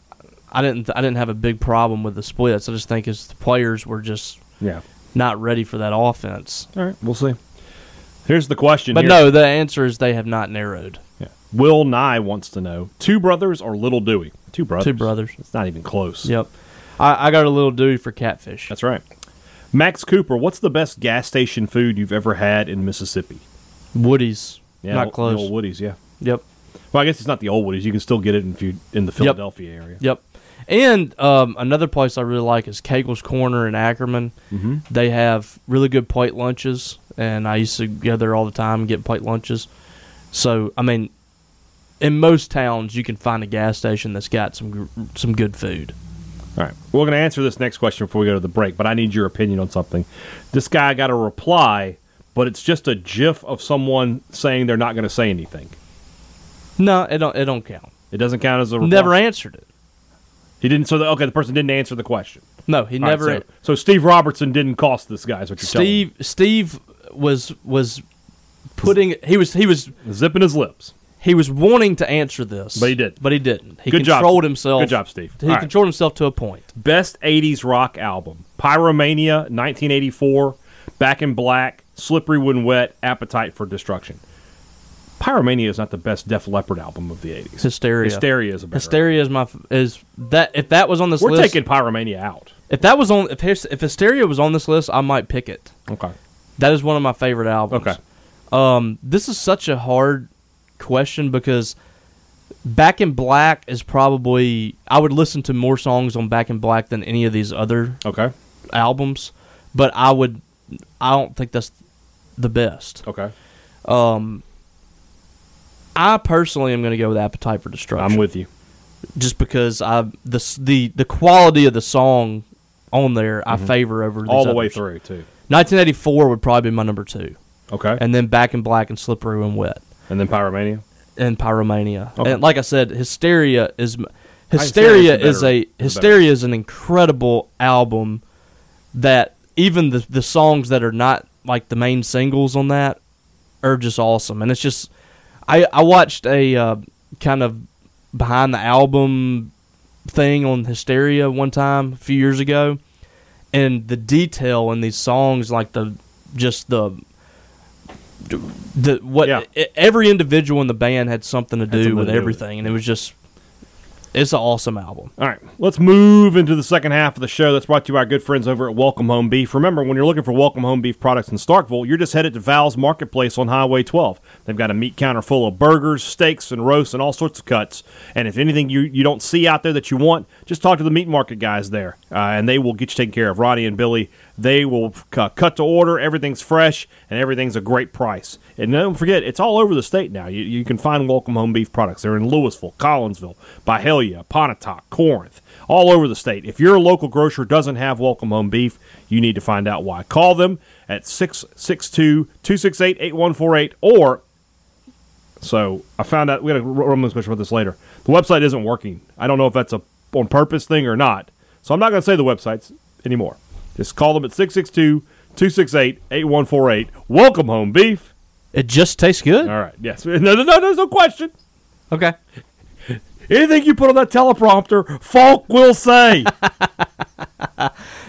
I didn't. I didn't have a big problem with the splits. I just think it's the players were just Yeah. not ready for that offense. All right. We'll see. Here's the question. But here. no, the answer is they have not narrowed. Yeah. Will Nye wants to know two brothers or little Dewey? Two brothers. Two brothers. It's not even close. Yep. I, I got a little dude for catfish. That's right. Max Cooper, what's the best gas station food you've ever had in Mississippi? Woody's. Yeah, the- not the close. old Woody's, yeah. Yep. Well, I guess it's not the old Woody's. You can still get it in, few- in the Philadelphia area. Yep. And um, another place I really like is Cagle's Corner in Ackerman. Mm-hmm. They have really good plate lunches, and I used to go there all the time and get plate lunches. So, I mean, in most towns, you can find a gas station that's got some gr- some good food. All right. We're going to answer this next question before we go to the break, but I need your opinion on something. This guy got a reply, but it's just a gif of someone saying they're not going to say anything. No, it don't it don't count. It doesn't count as a reply. Never answered it. He didn't. So the, okay, the person didn't answer the question. No, he All right, never. so- so, Steve Robertson didn't cost this guy. Is what you're Steve Steve was was putting he was he was telling me? Zipping his lips. he was wanting to answer this, But he didn't. But he didn't. He Good job, controlled Steve. himself. Good job, Steve. He All right. controlled himself to a point. Best 80s rock album Pyromania, 1984, Back in Black, Slippery When Wet, Appetite for Destruction. Pyromania is not the best Def Leppard album of the 80s. Hysteria. Hysteria is a better Hysteria is my f- is that if that was on this We're list, taking Pyromania out. if that was on if hys- if Hysteria was on this list, I might pick it. Okay. That is one of my favorite albums. Okay. Um, this is such a hard question because Back in Black is probably I would listen to more songs on Back in Black than any of these other Okay. albums, but I would I don't think that's the best. Okay. Um, I personally am going to go with Appetite for Destruction. I'm with you. just because I the s- the the quality of the song on there I favor over these Mm-hmm. All the others. way through, too. 1984 would probably be my number two, Okay. And, and then Back in Black and Slippery When Wet then Pyromania. and Pyromania. Okay. And like I said, Hysteria is m- Hysteria Hysteria is the is better- a is the Hysteria is an incredible album that even the the songs that are not like the main singles on that are just awesome. And it's just I I watched a uh, kind of behind the album thing on Hysteria one time a few years ago, and the detail in these songs, like the just the the what Yeah. e- every individual in the band had something to do something with to do with everything, and it was just it's an awesome album. All right, let's move into the second half of the show. That's brought to you by our good friends over at Welcome Home Beef. Remember, when you're looking for Welcome Home Beef products in Starkville, you're just headed to Val's Marketplace on Highway 12. They've got a meat counter full of burgers, steaks, and roasts, and all sorts of cuts. And if anything you, you don't see out there that you want, just talk to the meat market guys there, uh, and they will get you taken care of. Ronnie and Billy, they will c- cut to order. Everything's fresh, and everything's a great price. And don't forget, it's all over the state now. You, you can find Welcome Home Beef products. They're in Louisville, Collinsville, Byhalia, Pontotoc, Corinth, all over the state. If your local grocer doesn't have Welcome Home Beef, you need to find out why. Call them at 662 268 8148 or so I found out we had a Roman discussion about this later. The website isn't working. I don't know if that's a on purpose thing or not. So I'm not going to say the websites anymore. Just call them at 662-268-8148. Welcome home, beef. It just tastes good. All right. Yes. *laughs* No, no, no, there's no question. Okay, Anything you put on that teleprompter, Falk will say.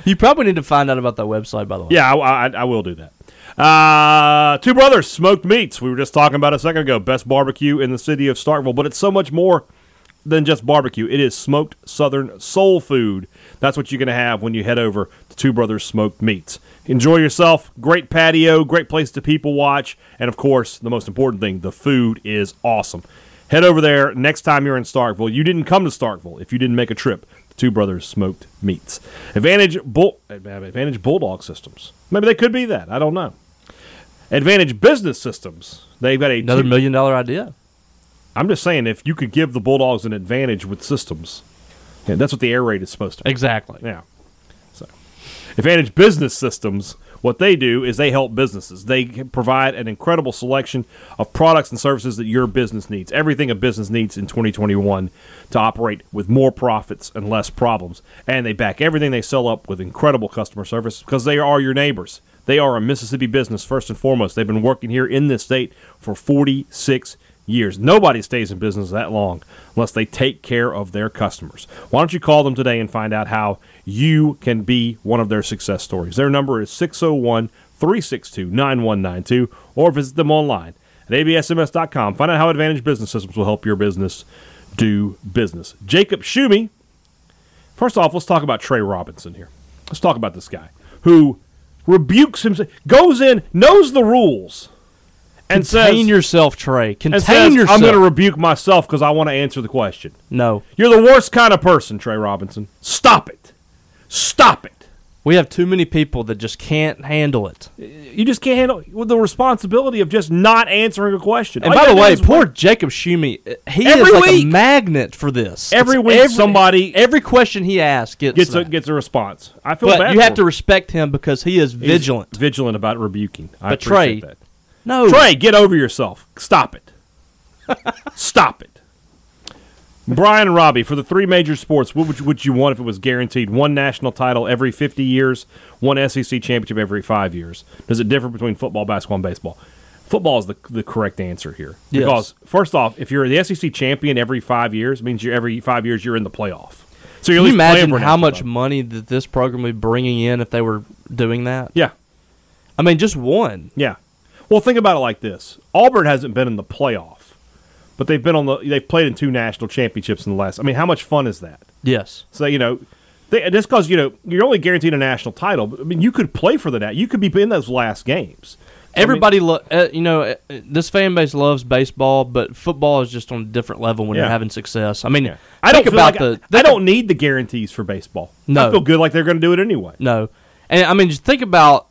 you probably need to find out about that website by the way. Yeah, I, I, I will do that. Uh, Two Brothers Smoked Meats. We were just talking about a second ago. Best barbecue in the city of Starkville, but it's so much more than just barbecue. It is smoked Southern soul food. That's what you're going to have when you head over to Two Brothers Smoked Meats. Enjoy yourself. Great patio, great place to people watch, and of course, the most important thing, the food is awesome. Head over there next time you're in Starkville. You didn't come to Starkville if you didn't make a trip. to Two Brothers Smoked Meats. Advantage Bull Advantage Bulldog Systems. Maybe they could be that. I don't know. Advantage Business Systems. They've got a Another two- million dollar idea. I'm just saying if you could give the Bulldogs an advantage with systems, yeah, that's what the air raid is supposed to be. Exactly. Yeah. So, Advantage Business Systems, what they do is they help businesses. They can provide an incredible selection of products and services that your business needs. Everything a business needs in 2021 to operate with more profits and less problems. And they back everything they sell up with incredible customer service because they are your neighbors. They are a Mississippi business first and foremost. They've been working here in this state for 46 years. Nobody stays in business that long unless they take care of their customers. Why don't you call them today and find out how you can be one of their success stories? Their number is 601 362 9192 or visit them online at absms.com. Find out how Advantage Business Systems will help your business do business. Jacob Schumi. First off, let's talk about Trey Robinson here. Let's talk about this guy who rebukes himself, goes in, knows the rules, and Contain says, yourself, Trey. Contain and says, yourself. I'm going to rebuke myself because I want to answer the question. no, You're the worst kind of person, Trey Robinson. Stop it. Stop it. we have too many people that just can't handle it. You just can't handle with the responsibility of just not answering a question. And All by you the gotta do way, is- poor Jacob Schumi, uh, he Every is like week. a magnet for this. Every It's week somebody- every question he asks gets, gets a, that. gets a response. I feel but bad. you for have to him. respect him because he is He's vigilant. vigilant about rebuking. I But Trey- appreciate that. no, *laughs* Trey, get over yourself. Stop it. Stop it. Brian and Robbie, for the three major sports, what would you, would you want if it was guaranteed? One national title every 50 years, one SEC championship every five years. Does it differ between football, basketball, and baseball? Football is the, the correct answer here. Yes. Because, first off, if you're the SEC champion every five years, it means you're every five years you're in the playoff. So you're at Can least you playing imagine for a how national much title. money that this program would be bringing in if they were doing that? Yeah, I mean, just one. yeah. Well, think about it like this Auburn hasn't been in the playoff, but they've been on the, they've played in two national championships in the last. I mean, how much fun is that? Yes. So you know, they, just because you know you're only guaranteed a national title. but, I mean, you could play for the nat. You could be in those last games. So, Everybody, lo- uh, you know, uh, uh, this fan base loves baseball, but football is just on a different level when Yeah. you're having success. I mean, I, mean, I think don't feel about like the. I, I don't need the guarantees for baseball. No. I feel good like they're going to do it anyway. No, and I mean, just think about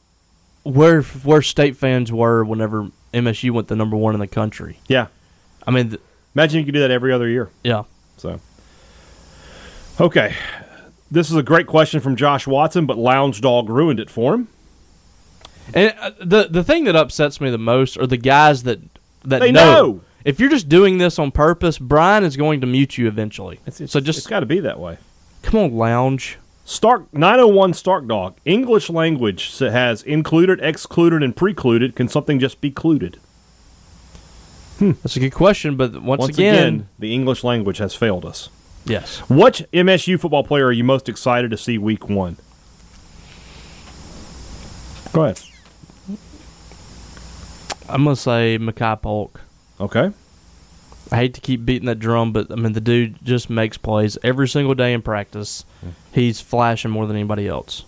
where where state fans were whenever MSU went the number one in the country. Yeah, I mean, th- imagine you could do that every other year. yeah, So, okay, this is a great question from Josh Watson, but Lounge Dog ruined it for him. and uh, the the thing that upsets me the most are the guys that that They know. If you're just doing this on purpose, Brian is going to mute you eventually. so it's just got to be that way. come on, lounge. Stark 901 Stark Dog English language sa- has included, excluded, and precluded. Can something just be cluded? That's a good question, but once, Once again, the English language has failed us. yes, Which MSU football player are you most excited to see week one? Go ahead. I'm gonna say Makai Polk. Okay. I hate to keep beating that drum, but I mean the dude just makes plays every single day in practice. He's flashing more than anybody else.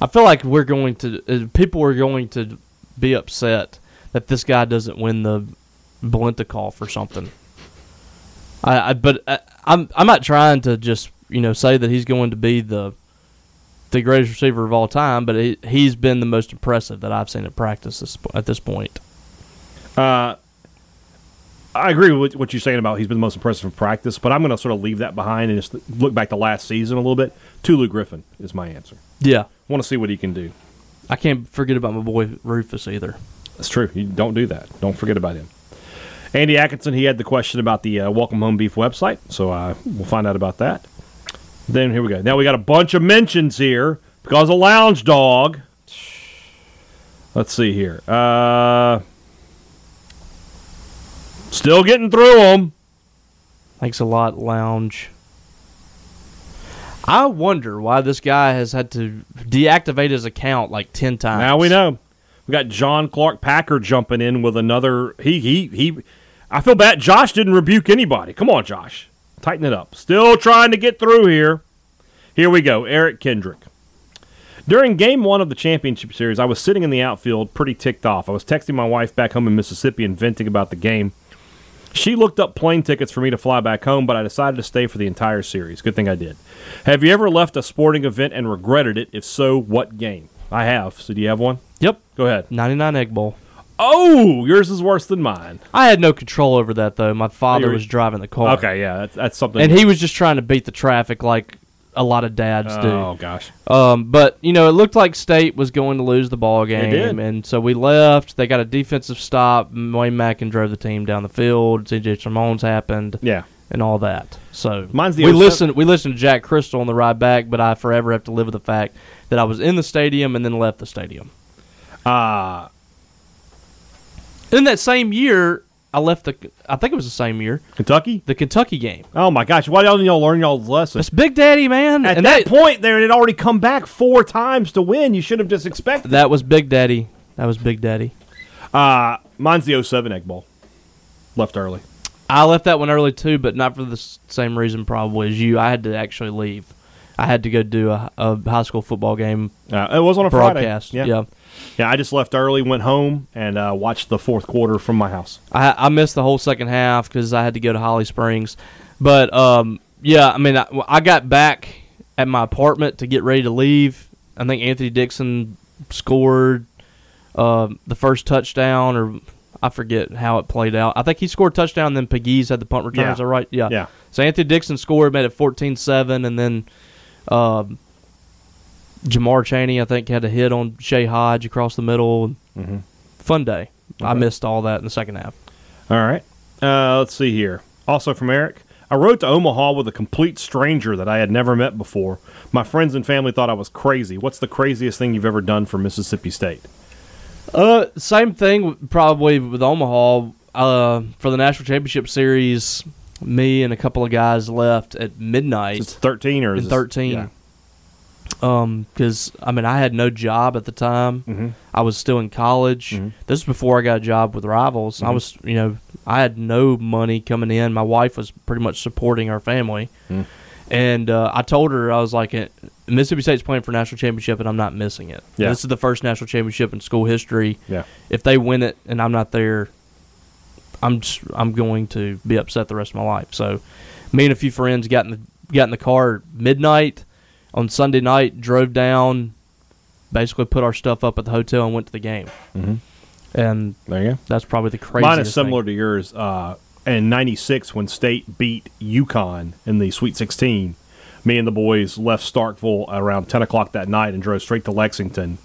I feel like we're going to uh, people are going to be upset that this guy doesn't win the Balintikoff or something. I, I but I, I'm I'm not trying to just you know say that he's going to be the the greatest receiver of all time, but he, he's been the most impressive that I've seen at practice this, at this point. I agree with what you're saying about he's been the most impressive in practice, but I'm going to sort of leave that behind and just look back to last season a little bit. Tulu Griffin is my answer. Yeah, want to see what he can do. I can't forget about my boy Rufus either. That's true. You don't do that. Don't forget about him. Andy Atkinson, he had the question about the uh, Welcome Home Beef website, so uh, we'll find out about that. Then here we go. Now we got a bunch of mentions here because of Lounge Dog. Let's see here. Uh, still getting through them. Thanks a lot, Lounge. I wonder why this guy has had to deactivate his account like ten times. Now we know. We got John Clark Packer jumping in with another. He he he. I feel bad. Josh didn't rebuke anybody. Come on, Josh, tighten it up. Still trying to get through here. Here we go. Eric Kendrick. During game one of the championship series, I was sitting in the outfield, pretty ticked off. I was texting my wife back home in Mississippi and venting about the game. She looked up plane tickets for me to fly back home, but I decided to stay for the entire series. Good thing I did. Have you ever left a sporting event and regretted it? If so, what game? I have. So do you have one? Yep, Go ahead. ninety-nine egg bowl. Oh, yours is worse than mine. I had no control over that though. My father You're- was driving the car. Okay, yeah, that's, that's something. Oh. and he was just trying to beat the traffic like a lot of dads oh gosh, do. Um, but you know, it looked like State was going to lose the ball game, did. and so we left. They got a defensive stop. Wayne Mackin drove the team down the field. C.J. Simone's happened. yeah. and all that. So Mine's the we 07 listened. We listened to Jack Crystal on the ride back, but I forever have to live with the fact that I was in the stadium and then left the stadium. Uh In that same year, I left the. I think it was the same year. Kentucky. The Kentucky game. Oh my gosh, why y'all didn't y'all learn y'all's lesson? That's Big Daddy, man. At and that, point, there it had already come back four times to win. You should have just expected. that was Big Daddy. That was Big Daddy. Uh mine's the 07 egg bowl. Left early. I left that one early too, but not for the s- same reason probably as you. I had to actually leave. I had to go do a, a high school football game Uh, it was on a broadcast. Friday. yeah. Yeah, I just left early, went home, and uh, watched the fourth quarter from my house. I, I missed the whole second half because I had to go to Holly Springs. But um, yeah, I mean, I, I got back at my apartment to get ready to leave. I think Anthony Dixon scored uh, the first touchdown, or I forget how it played out. I think he scored a touchdown, then Pegues had the punt return. Yeah. Is that right? Yeah. Yeah. So Anthony Dixon scored, made it 14-7, and then um, Jamar Cheney, I think, had a hit on Shea Hodge across the middle. Mm-hmm. Fun day. I missed all that in the second half. All right. Uh, let's see here. Also from Eric, I rode to Omaha with a complete stranger that I had never met before. My friends and family thought I was crazy. What's the craziest thing you've ever done for Mississippi State? Uh, same thing with- probably with Omaha. Uh, for the national championship series, me and a couple of guys left at midnight It's 13 or is in this- yeah. thirteen. Um, 'cause because I mean I had no job at the time. Mm-hmm. I was still in college. This was before I got a job with Rivals. Mm-hmm. I was, you know, I had no money coming in. My wife was pretty much supporting our family, Mm. and uh, I told her I was like, eh, Mississippi State's playing for national championship, and I'm not missing it. Yeah. This is the first national championship in school history. Yeah. If they win it and I'm not there, I'm just, I'm going to be upset the rest of my life. So, me and a few friends got in the got in the car at midnight on Sunday night, drove down, basically put our stuff up at the hotel and went to the game. Mm-hmm. And There you go. that's probably the craziest. Mine is similar thing. to yours. Uh, in '96, when State beat UConn in the Sweet 16, me and the boys left Starkville around 10 o'clock that night and drove straight to Lexington.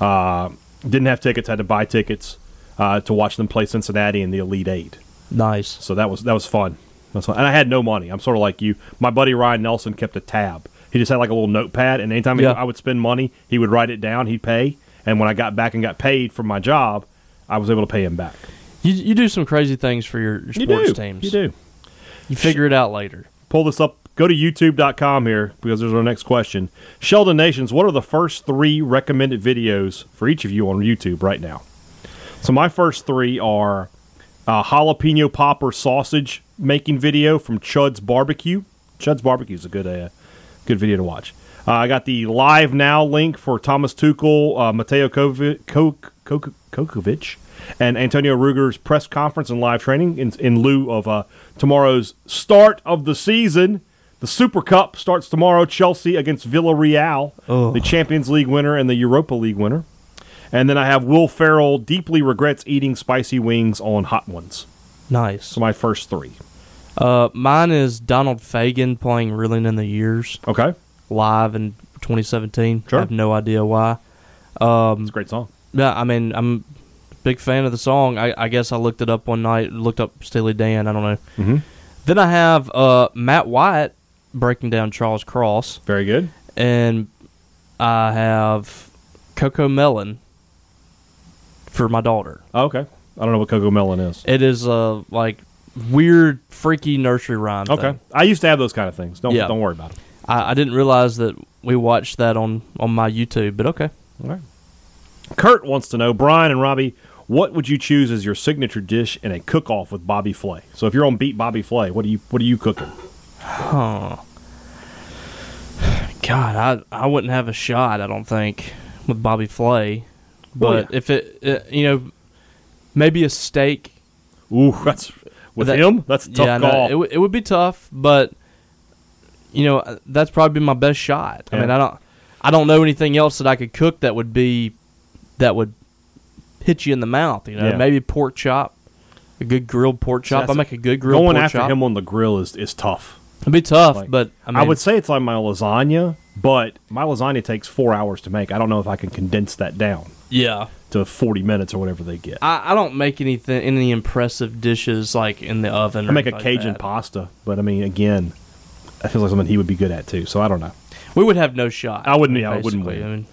Uh, didn't have tickets; had to buy tickets uh, to watch them play Cincinnati in the Elite Eight. Nice. So that was that was fun. That's fun. And I had no money. I'm sort of like you. My buddy Ryan Nelson kept a tab. He just had like a little notepad, and anytime Yeah. I would spend money, he would write it down. He'd pay, and when I got back and got paid from my job, I was able to pay him back. You you do some crazy things for your, your sports you do. teams. You do. You figure it out later. Pull this up. Go to YouTube.com here because there's our next question. Sheldon Nations, what are the first three recommended videos for each of you on YouTube right now? So my first three are a jalapeno popper sausage making video from Chud's Barbecue. Chud's Barbecue is a good uh, good video to watch. Uh, I got the live now link for Thomas Tuchel, uh, Mateo Kovi- Ko- Ko- Ko- Kokovic, and Antonio Ruger's press conference and live training in, in lieu of uh, tomorrow's start of the season. The Super Cup starts tomorrow. Chelsea against Villarreal, the Champions League winner and the Europa League winner. And then I have Will Ferrell deeply regrets eating spicy wings on hot ones. Nice. So my first three. Uh, mine is Donald Fagan playing Reeling in the Years Okay, live in 2017. Sure. I have no idea why. it's a great song. Yeah, I mean, I'm a big fan of the song. I, I guess I looked it up one night, looked up Steely Dan. I don't know. Mm-hmm. Then I have uh, Matt White breaking down Charles Cross, Very good. and I have Coco Melon for my daughter. Oh, okay, I don't know what cocoa melon is. It is a like weird, freaky nursery rhyme. Okay, thing. I used to have those kind of things. Don't Yeah. don't worry about it. I, I didn't realize that we watched that on on my YouTube, but okay. All right. Kurt wants to know Brian and Robbie, what would you choose as your signature dish in a cook-off with Bobby Flay? So if you're on Beat Bobby Flay, what do you what are you cooking? God, I I wouldn't have a shot. I don't think with Bobby Flay, but Well, Oh, yeah. if it, it you know maybe a steak. Ooh, *laughs* that's with That- him. That's a tough I know. call. it, would- it would be tough, but you know uh, that's probably my best shot. I mean, Yeah. I don't I don't know anything else that I could cook that would be that would hit you in the mouth. You know, Yeah. maybe pork chop, a good grilled pork chop. that's I a- make a good grilled Going pork after chop. him on the grill is is tough. It'd be tough, Like, but I, I, mean, would say it's like my lasagna, but my lasagna takes four hours to make. I don't know if I can condense that down yeah. to 40 minutes or whatever they get. I, I, I don't make anything any impressive dishes like in the oven. or make a anything like Cajun that. pasta, but I mean, again, that feels like something he would be good at too. So I don't know. We would have no shot. I wouldn't- yeah, I wouldn't basically. win. I mean,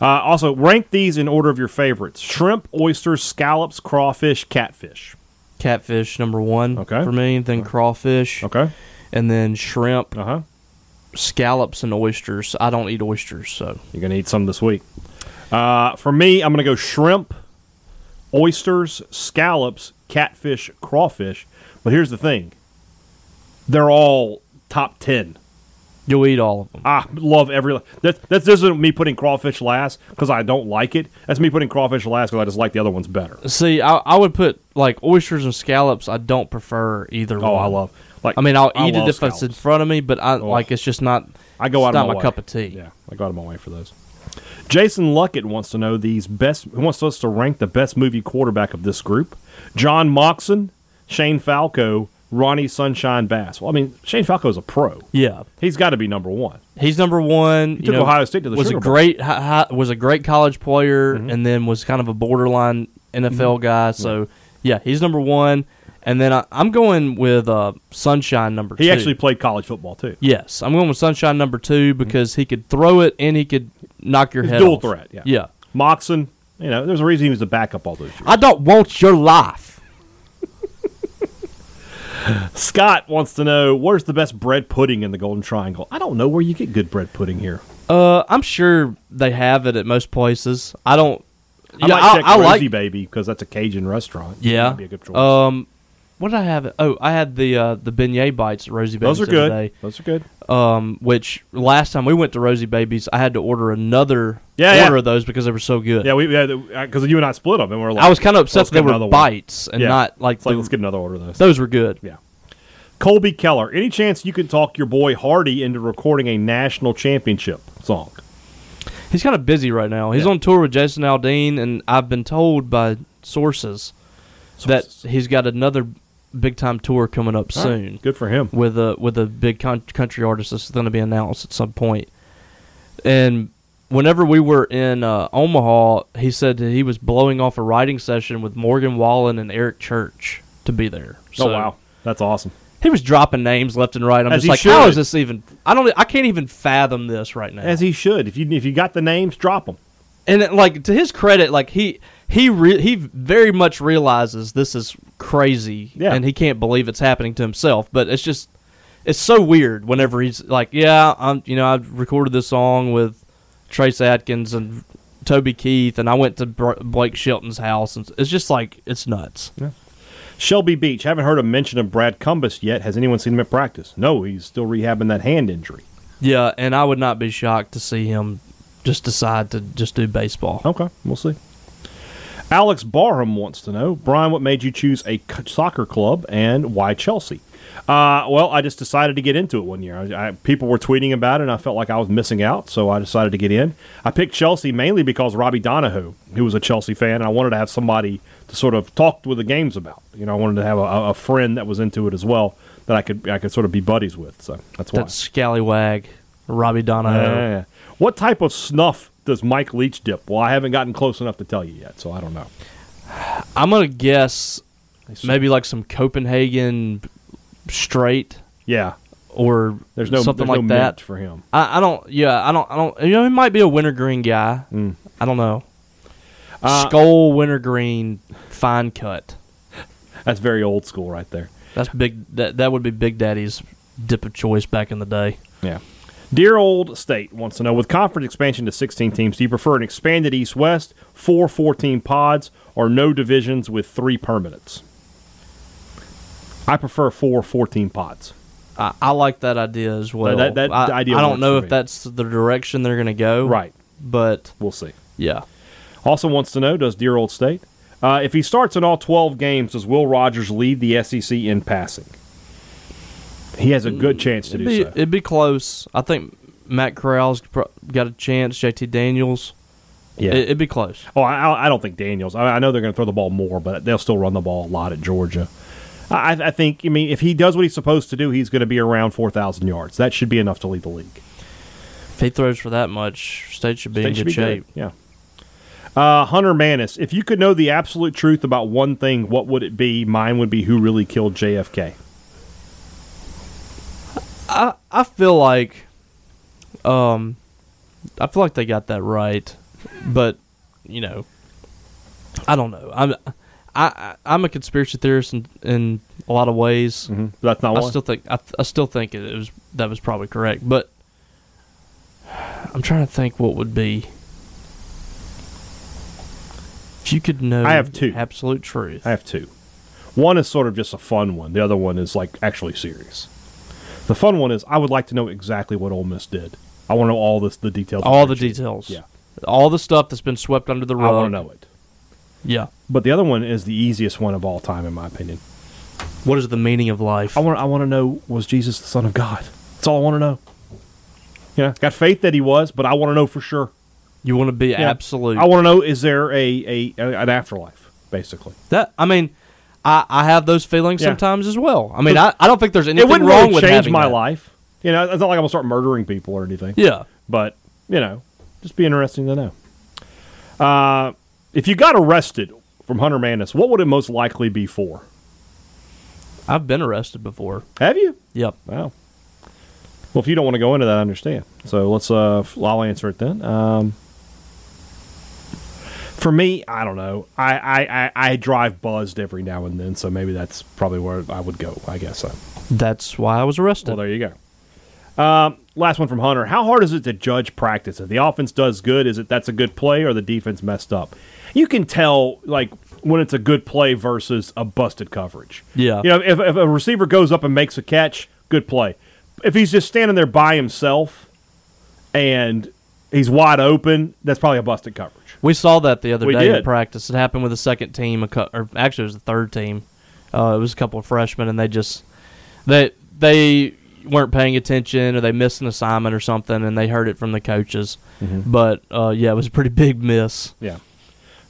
Uh, also, rank these in order of your favorites shrimp, oysters, scallops, crawfish, catfish. catfish number one Okay. for me, then crawfish, Okay. and then shrimp, Uh huh. scallops, and oysters. I don't eat oysters, so You're going to eat some this week. Uh, for me, I'm going to go shrimp, oysters, scallops, catfish, crawfish. But here's the thing they're all top 10. you'll eat all of them. I love every. That's that's this isn't me putting crawfish last because I don't like it. That's me putting crawfish last because I just like the other ones better. See, I, I would put like oysters and scallops. I don't prefer either. Oh, I love like. I mean, I'll I eat it love if it's in scallops. Oh. front of me, but I like it's just not. I go it's out of not my my way. cup of tea. Yeah, I go out of my way for those. Jason Luckett wants to know these best. He wants us to rank the best movie quarterback of this group: John Moxon, Shane Falco, Ronnie Sunshine Bass. Well, I mean, Shane Falco's a pro. Yeah. He's got to be number one. He's number one. You took know, Ohio State to the was Sugar a Bowl. Mm-hmm. great hi, hi- was a great college player, and then was kind of a borderline NFL guy. So yeah, he's number one. And then I, I'm going with uh, Sunshine number He two. actually played college football too. Yes, I'm going with Sunshine number two because he could throw it and he could knock your He's head dual off. threat, yeah. yeah. Moxon, you know, there's a reason he was the backup all those years. *laughs* I don't want your life. Scott wants to know where's the best bread pudding in the Golden Triangle. I don't know where you get good bread pudding here. Uh, I'm sure they have it at most places. I don't. I yeah, might I, check I Rosie like. Baby because that's a Cajun restaurant. Yeah. That'd be a good choice. Um, what did I have? Oh, I had the uh, the beignet bites at Rosie Baby's those are the good. other day. Those are good. Um, which last time we went to Rosie Baby's, I had to order another Yeah, yeah. order of those because they were so good. Yeah, we because you and I split them and we're like, I was kind of "Let's upset that get they were another one." bites and Yeah. not like, It's like the- let's get another order of those. those were good. Yeah. Colby Keller, any chance you could talk your boy Hardy into recording a national championship song? He's kind of busy right now. He's Yeah. on tour with Jason Aldean, and I've been told by sources, Sources. that he's got another big time tour coming up All right, soon Good for him. with a with a big con- country artist that's going to be announced at some point. And whenever we were in uh, Omaha, he said that he was blowing off a writing session with Morgan Wallen and Eric Church to be there. So oh wow, that's awesome. He was dropping names left and right. I'm As just he like, how should. is this even? I don't. I can't even fathom this right now. As he should. If you if you got the names, drop them. and it, like to his credit, like he he re- he very much realizes this is crazy, Yeah. and he can't believe it's happening to himself. But it's just it's so weird whenever he's like, yeah, I'm you know I recorded this song with Trace Adkins and Toby Keith, and I went to Br- Blake Shelton's house, and it's just like it's nuts. Shelby Beach, haven't heard a mention of Brad Cumbus yet. Has anyone seen him at practice? No, he's still rehabbing that hand injury. Yeah, and I would not be shocked to see him just decide to just do baseball. Okay, we'll see. Alex Barham wants to know, Brian, what made you choose a c- soccer club and why Chelsea? Uh, well, I just decided to get into it one year. I, I, people were tweeting about it, and I felt like I was missing out, so I decided to get in. I picked Chelsea mainly because Robbie Donahue, who was a Chelsea fan, and I wanted to have somebody to sort of talk with the games about. You know, I wanted to have a, a friend that was into it as well that I could I could sort of be buddies with. So that's why. That scallywag, Robbie Donahoe. Yeah. Um, What type of snuff does Mike Leach dip? Well, I haven't gotten close enough to tell you yet, so I don't know. I'm gonna guess maybe like some Copenhagen straight Yeah, or there's no something there's like no that. mint for him. I, I don't. Yeah, I don't. I don't. You know, he might be a wintergreen guy. I don't know. Mm. Uh, Skull wintergreen fine cut. That's very old school, right there. That's big. That that would be Big Daddy's dip of choice back in the day. Yeah. Dear old state wants to know: With conference expansion to 16 teams, do you prefer an expanded East-West, four 14 pods, or no divisions with three permanents? I prefer four 14 pods. I, I like that idea as well. that- that I, idea I works don't for know if me. that's the direction they're gonna go. Right. But We'll see. yeah. Also wants to know: Does dear old state, uh, if he starts in all 12 games, does Will Rogers lead the SEC in passing? He has a good chance to It'd do be, so. it'd be close. I think Matt Corral's pro- got a chance. JT Daniels. Yeah. It, would be close. Oh, I, I don't think Daniels. I, I know they're going to throw the ball more, but they'll still run the ball a lot at Georgia. I, I think. I mean, if he does what he's supposed to do, he's going to be around four thousand yards. That should be enough to lead the league. If he throws for that much, State should be State in should good be shape. good. Yeah. Uh, Hunter Manis, if you could know the absolute truth about one thing, what would it be? Mine would be who really killed JFK. I feel like, um, I feel like they got that right, but you know, I don't know. I'm, I, I I'm a conspiracy theorist in, in a lot of ways. Mm-hmm. That's not I one. still think I, I still think it was that was probably correct, but I'm trying to think what would be if you could know. I have two. the absolute truth. I have two. One is sort of just a fun one. The other one is like actually serious. The fun one is I would like to know exactly what Ole Miss did. I want to know all this, the details. all the details. details. Yeah. all the stuff that's been swept under the rug. I want to know it. Yeah, But the other one is the easiest one of all time, in my opinion. what is the meaning of life? I want. I want to know was Jesus the Son of God? That's all I want to know. You know, got faith that he was, but I want to know for sure. you want to be Yeah. absolute. I want to know is there a, a, a- an afterlife, basically. that. I mean, I, I have those feelings Yeah. sometimes as well. I mean, I, I don't think there's anything it wouldn't wrong really with change having my that. life. You know, it's not like I'm gonna start murdering people or anything. Yeah, But you know, just be interesting to know. Uh, if you got arrested from Hunter Manis, what would it most likely be for? I've been arrested before. Have you? Yep. Wow. Well, if you don't want to go into that, I understand. So let's. Uh, f- I'll answer it then. Um, for me, I don't know. I, I, I, I drive buzzed every now and then, so maybe that's probably where I would go. I guess. So. That's why I was arrested. Well, there you go. Um, last one from Hunter. How hard is it to judge practice? If the offense does good, is it that's a good play or the defense messed up? You can tell like when it's a good play versus a busted coverage. Yeah. You know, if, if a receiver goes up and makes a catch, good play. If he's just standing there by himself and he's wide open, that's probably a busted coverage. we saw that the other We day did. in practice. It happened with the second team, a cou- or actually it was the third team. Uh, it was a couple of freshmen, and they just they they weren't paying attention, or they missed an assignment or something, and they heard it from the coaches. Mm-hmm. But uh, yeah, it was a pretty big miss. Yeah.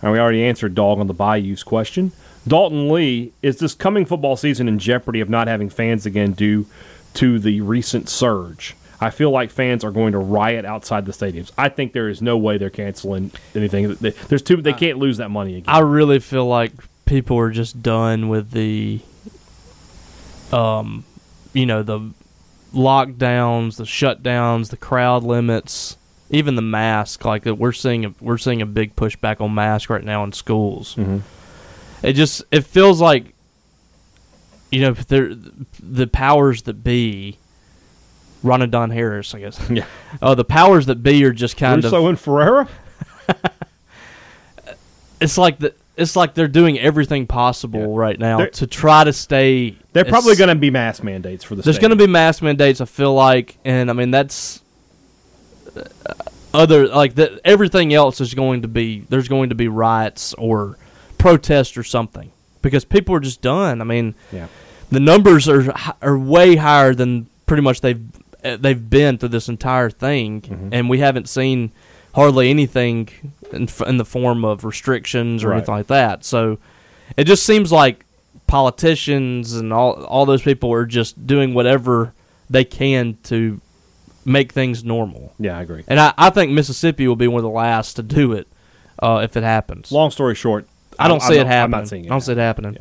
And we already answered Dog on the Bayou's question. Dalton Lee, is this coming football season in jeopardy of not having fans again due to the recent surge? I feel like fans are going to riot outside the stadiums. I think there is no way they're canceling anything. They- There's two. They can't lose that money again. Uh, I really feel like people are just done with the, um, you know, the lockdowns, the shutdowns, the crowd limits, even the mask. Like uh, we're seeing, a, we're seeing a big pushback on mask right now in schools. It just it feels like, you know, they're- the powers that be. Ron and Don Harris, I guess. Yeah. Oh, the powers that be are just kind of Russo and Ferreira. it's like the it's like they're doing everything possible Yeah. right now They're- to try to stay. They're probably it's- going to be mask mandates for the. There's going to be mask mandates. I feel like, and I mean that's uh, other like that. Everything else is going to be there's going to be riots or protests or something because people are just done. I mean, Yeah. the numbers are hi- are way higher than pretty much they've uh, they've been through this entire thing, Mm-hmm. and we haven't seen hardly anything in, f- in the form of restrictions or Right. anything like that. So it just seems like politicians and all all those people are just doing whatever they can to make things normal. Yeah, I agree. And I, I think Mississippi will be one of the last to do it uh, if it happens. Long story short, I don't I'm see it not- happening. I'm not seeing it. I don't see it happening.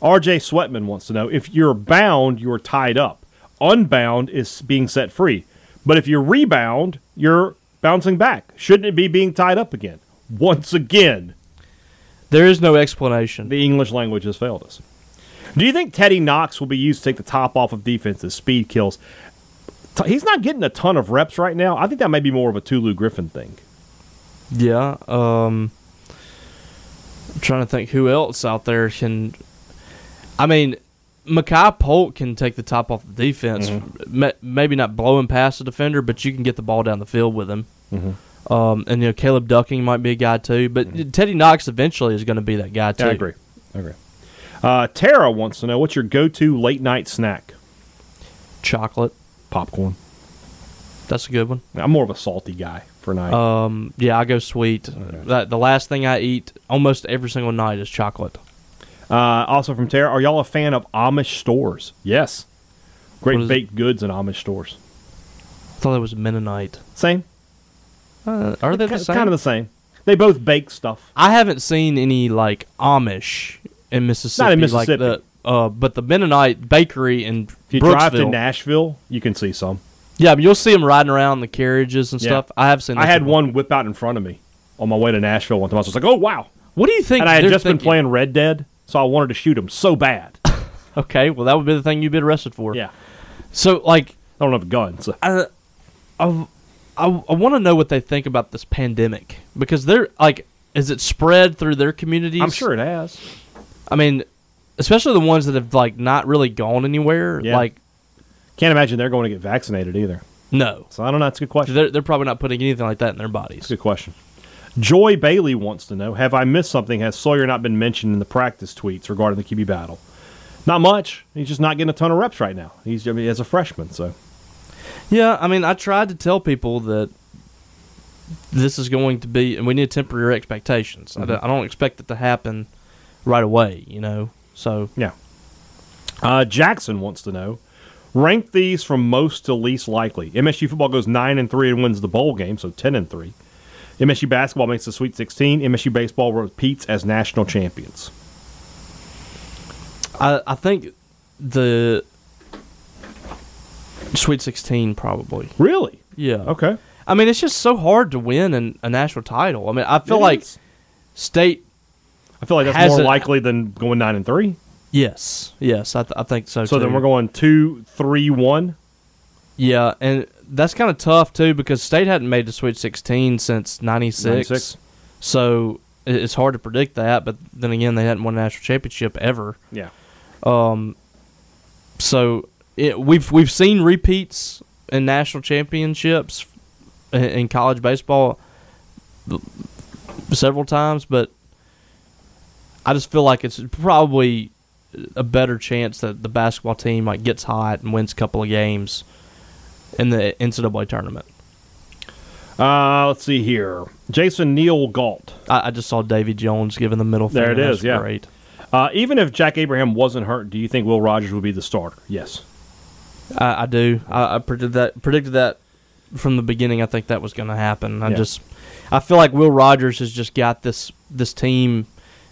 RJ Sweatman wants to know if you're bound, you're tied up. Unbound is being set free. But if you're rebound, you're bouncing back. Shouldn't it be being tied up again? Once again, There is no explanation. the English language has failed us. Do you think Teddy Knox will be used to take the top off of defenses, speed kills? T- He's not getting a ton of reps right now. I think that may be more of a Tulu Griffin thing. Yeah. Um, I'm trying to think who else out there can. I mean, Makai Polk can take the top off the defense. Ma- maybe not blowing past the defender, but you can get the ball down the field with him. Um, and you know, Caleb Ducking might be a guy too, but Teddy Knox eventually is going to be that guy too. I agree. I agree. Uh, Tara wants to know what's your go to late night snack? Chocolate. Popcorn. That's a good one. I'm more of a salty guy for night. Um, yeah, I go sweet. That, the last thing I eat almost every single night is chocolate. Uh, also from Tara, are y'all a fan of Amish stores? Yes. What Great is baked goods in Amish stores. I thought that was Mennonite. Same. Uh, are they the Ki- same? Kind of the same. They both bake stuff. I haven't seen any like Amish in Mississippi. Mississippi. Like the, uh, but the Mennonite bakery in If you Brooksville. drive to Nashville, you can see some. yeah, but you'll see them riding around in the carriages and Yeah. stuff. I have seen. I those had before. one whip out in front of me on my way to Nashville one time. I was just like, oh, wow. What do you think? And I had they're just been thinking? playing Red Dead, so I wanted to shoot him so *laughs* bad. Okay, well that would be the thing you'd been arrested for. yeah. So like, I don't have a gun. So. I, I, I, want to know what they think about this pandemic because they're like, is it spread through their communities? I'm sure it has. I mean, especially the ones that have like not really gone anywhere. Yeah. Like, Can't imagine they're going to get vaccinated either. no, So I don't know. It's a good question. they're they're probably not putting anything like that in their bodies. That's a good question. Joy Bailey wants to know Have I missed something? Has Sawyer not been mentioned in the practice tweets regarding the QB battle? Not much. He's just not getting a ton of reps right now. He's I mean, as a freshman, so Yeah, I mean, I tried to tell people that this is going to be, and we need to temper your expectations. Mm-hmm. I, don't, I don't expect it to happen right away, you know. So yeah. Uh, Jackson wants to know rank these from most to least likely. MSU football goes nine and three and wins the bowl game, so ten and three. MSU basketball makes the Sweet 16. MSU baseball repeats as national champions. I, I think the Sweet 16, probably. Really? Yeah. Okay. I mean, it's just so hard to win an, a national title. I mean, I feel It like is. state. I feel like that's Has more it- likely than going nine and three. Yes, yes, I, th- I think so. So too. then we're going two, three, one. Yeah, and that's kind of tough too because state hadn't made the Sweet 16 since 96. 96. So i- it's hard to predict that, but then again, they hadn't won a national championship ever. Yeah. So it, we've we've seen repeats in national championships in, in college baseball several times, but I just feel like it's probably a better chance that the basketball team like gets hot and wins a couple of games in the NCAA tournament. Uh, let's see here. Jason Neal Galt. I, I just saw Davy Jones giving the middle There finger. it That's is, yeah. great. Uh, even if Jack Abraham wasn't hurt, do you think Will Rogers would be the starter? Yes. I, I do. I, I predicted that predicted that from the beginning. I think that was going to happen. I Yeah. just I feel like Will Rogers has just got this this team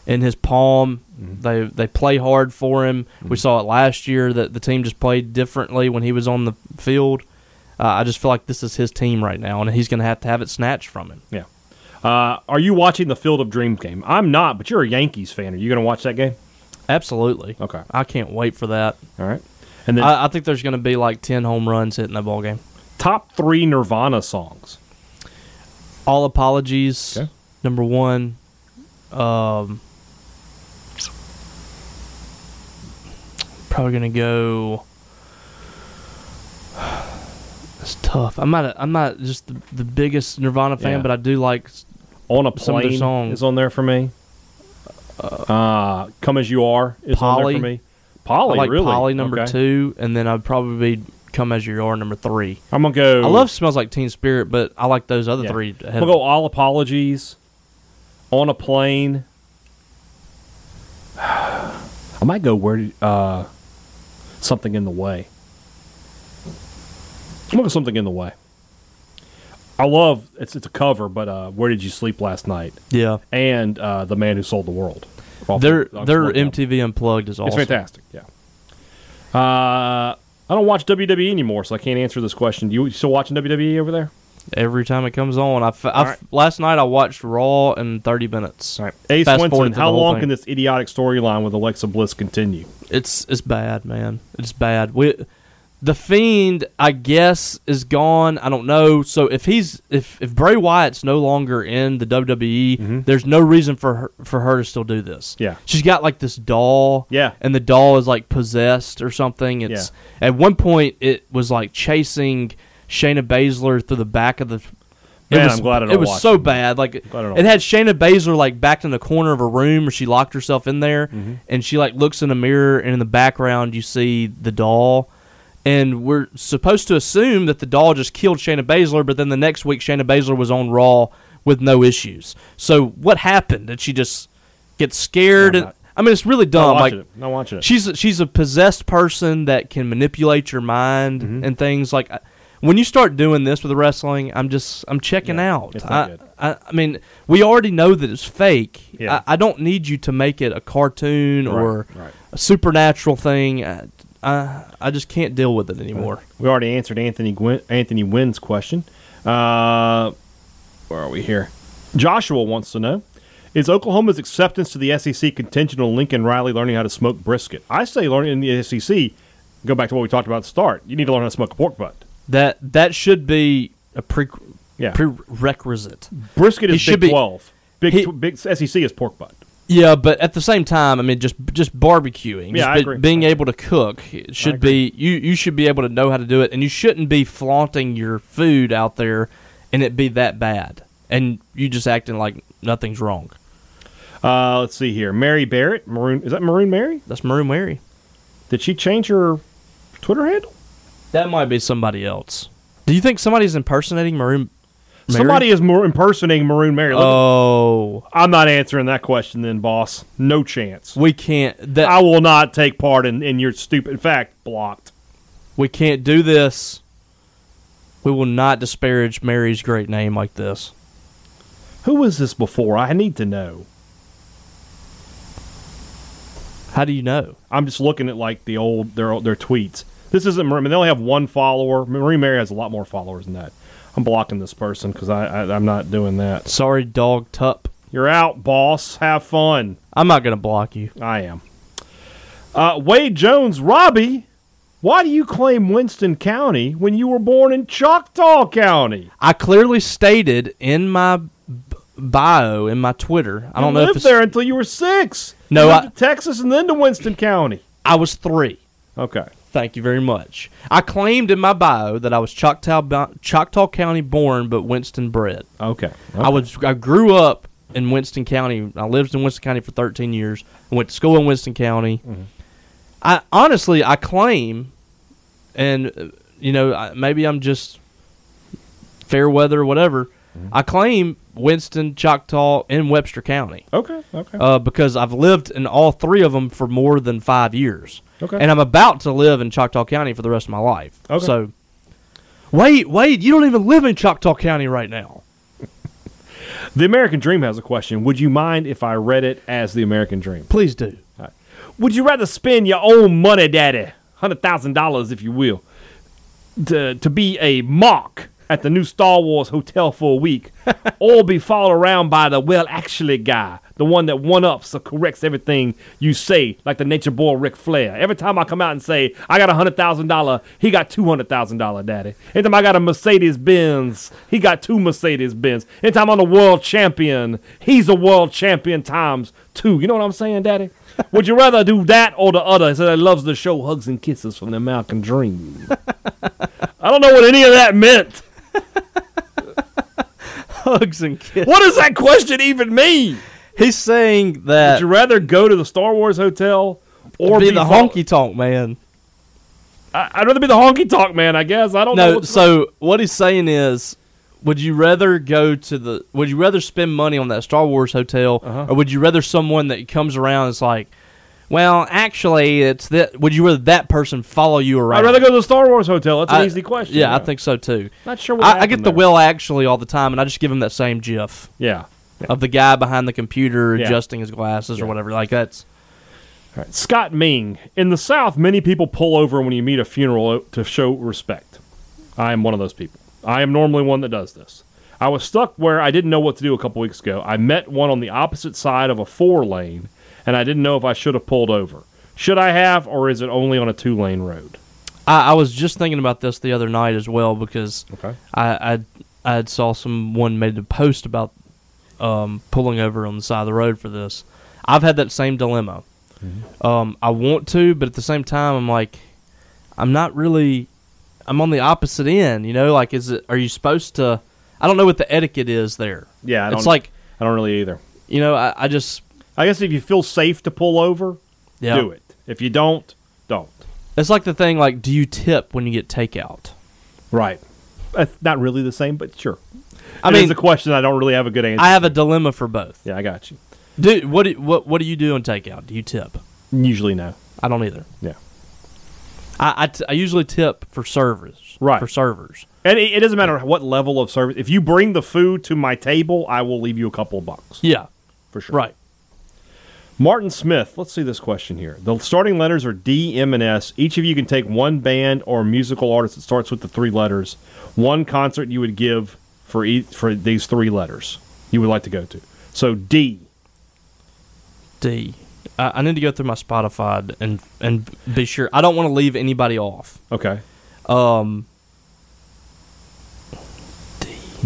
in his palm. Mm-hmm. They they play hard for him. We saw it last year that the team just played differently when he was on the field. Uh, I just feel like this is his team right now, and he's going to have to have it snatched from him. Yeah. Uh, are you watching the Field of Dreams game? I'm not, but you're a Yankees fan. Are you going to watch that game? Absolutely. Okay. I can't wait for that. All right. And then I, I think there's going to be like ten home runs hitting that ball game. top three Nirvana songs. All apologies. Okay. Number one. Um, probably gonna go. *sighs* It's tough. I'm not. A, I'm not just the, the biggest Nirvana Yeah. fan, but I do like. On a Some of their plane songs. is on there for me. Uh, Come as you are is on Polly. there for me. Polly, I like Oh, really? Polly number Okay. two, and then I'd probably be Come as You Are number three. I'm gonna go. I love Smells Like Teen Spirit, but I like those other Yeah. three. Ahead I'm of gonna go all apologies. On a plane. *sighs* I might go where did- uh, something in the way. I'm gonna go something in the way. I love it's it's a cover, but uh, where did you sleep last night? Yeah, And uh, the man who sold the world. Off- their off- their off- MTV Unplugged is awesome. It's fantastic. Yeah. Uh, I don't watch WWE anymore, so I can't answer this question. Do you you still watching WWE E over there? Every time it comes on, I, f- I f- right. last night I watched Raw in 30 minutes. All right. Ace Fast Winston, forward to how the whole long thing. can this idiotic storyline with Alexa Bliss continue? It's it's bad, man. It's bad. We, the Fiend, I guess, is gone. I don't know. So if he's if if Bray Wyatt's no longer in the WWE, there's no reason for her, for her to still do this. Mm-hmm. Yeah. she's got like this doll. Yeah. and the doll is like possessed or something. It's at one point it was like chasing Shayna Baszler through the back of the. Man, I'm glad I don't It was watch so it. bad. Like Glad I don't it had Shayna Baszler like backed in the corner of a room where she locked herself in there, Mm-hmm. and she like looks in a mirror, and in the background you see the doll. And we're supposed to assume that the doll just killed Shayna Baszler, but then the next week Shayna Baszler was on Raw with no issues. So what happened? Did she just get scared? I'm and, not- I mean, it's really Not dumb. Like watching it. Not watching it. she's a, she's a possessed person that can manipulate your mind Mm-hmm. and things like I- when you start doing this with wrestling i'm just i'm checking Yeah, out it's not I, good. I, I mean we already know that it's fake Yeah. I, I don't need you to make it a cartoon or right. a supernatural thing I, I, I just can't deal with it anymore we already answered Anthony Gwyn- Anthony Wynn's question. Uh, where are we here? Joshua wants to know: Is Oklahoma's acceptance to the SEC contingent on Lincoln Riley learning how to smoke brisket? I say learning in the SEC. Go back to what we talked about at the start. You need to learn how to smoke a pork butt. that that should be a pre, Yeah. prerequisite Brisket He is Big should be- Twelve. Big, he- tw- big SEC is pork butt. Yeah, but at the same time, I mean, just just Yeah, barbecuing, just I be- agree. being I agree. able to cook it should agree. be you. You should be able to know how to do it, and you shouldn't be flaunting your food out there, and it be that bad, and you just acting like nothing's wrong. Uh, let's see here. Mary Barrett, Maroon. Is that Maroon Mary? That's Maroon Mary. Did she change her Twitter handle? That might be somebody else. Do you think somebody's impersonating Maroon? Mary? Somebody is more impersonating Maroon Mary. Look, Oh, I'm not answering that question, then, boss. No chance. we can't. That I will not take part in, in your stupid. In fact, blocked. we can't do this. We will not disparage Mary's great name like this. Who was this before? I need to know. How do you know? I'm just looking at like the old their their tweets. This isn't. Marie- I mean, they only have one follower. Marie Mary has a lot more followers than that. I'm blocking this person because I, I I'm not doing that. Sorry, dog tup. You're out, boss. Have fun. I'm not gonna block you. I am. Uh, Wade Jones, Robbie, why do you claim Winston County when you were born in Choctaw County? I clearly stated in my b- bio in my Twitter. I don't you know if lived it's, there until you were six. No, you moved I- to Texas and then to Winston County. I was three. Okay. Thank you very much. I claimed in my bio that I was Choctaw bo- Choctaw County born, but Winston bred. Okay. I was I grew up in Winston County. I lived in Winston County for 13 years. I went to school in Winston County. Mm-hmm. I honestly I claim, and uh, you know I, maybe I'm just fair weather or whatever. Mm-hmm. I claim Winston, Choctaw, and Webster County Okay. Okay. uh, because I've lived in all three of them for more than five years. Okay. And I'm about to live in Choctaw County for the rest of my life. Okay. So, wait, wait, you don't even live in Choctaw County right now. the American Dream has a question. Would you mind if I read it as the American Dream? Please do. Would you rather spend your own money, Daddy, hundred thousand dollars, if you will, to to be a mock at the new Star Wars hotel for a week, or be followed around by the well actually guy, the one that one ups or corrects everything you say, like the nature boy Ric Flair. Every time I come out and say I got a hundred thousand dollar, he got two hundred thousand dollar, Daddy. Anytime I got a Mercedes Benz, he got two Mercedes Benz. Anytime I'm a world champion, he's a world champion times two. You know what I'm saying, Daddy? Would you rather do that or the other? He said, I loves the show Hugs and Kisses from the American Dream. I don't know what any of that meant. Hugs and kisses. What does that question even mean? He's saying Would that you rather go to the Star Wars hotel or be, be, the fo- honky tonk man. I- I'd rather be the honky tonk man, I guess. I don't know. No, what's- so what he's saying is, would you rather go to the? Would you rather spend money on that Star Wars hotel, Uh-huh. or would you rather someone that comes around and is like, well, actually, it's that. Would you rather that person follow you around? I'd rather go to the Star Wars hotel. That's an I- easy question. Yeah, I think so too. Not sure what I, I happened get the there. will actually all the time, and I just give him that same GIF Yeah. Yeah. of the guy behind the computer Yeah. adjusting his glasses or whatever. Like that's All right. Scott Ming. In the South, many people pull over when you meet a funeral to show respect. I am one of those people. I am normally one that does this. I was stuck where I didn't know what to do a couple weeks ago. I met one on the opposite side of a four lane, and I didn't know if I should have pulled over. Should I have, or is it only on a two lane road? I, I was just thinking about this the other night as well because Okay. I I I saw someone made a post about um, pulling over on the side of the road for this. I've had that same dilemma. Mm-hmm. Um, I want to, but at the same time, I'm like, I'm not really. I'm on the opposite end, you know. Like, is it? Are you supposed to? I don't know what the etiquette is there. Yeah, I it's don't- like I don't really either. you know. I, I just I guess if you feel safe to pull over, yeah. do it. If you don't, don't. It's like the thing. Like, do you tip when you get takeout? Right. That's not really the same, but sure. I It mean- is a question I don't really have a good answer. I have a dilemma for both. yeah, I got you. Do what? Do, what? What do you do on takeout? Do you tip? Usually no. I don't either. Yeah. I, I, t- I usually tip for servers. Right. For servers. And it, it doesn't matter what level of service. If you bring the food to my table, I will leave you a couple of bucks Yeah. for sure. Right. Martin Smith. Let's see this question here. The starting letters are D, M, and S. Each of you can take one band or musical artist that starts with the three letters. One concert you would give for each for these three letters you would like to go to. So D. D. I, I need to go through my Spotify and and be sure. I don't want to leave anybody off. Okay. Um,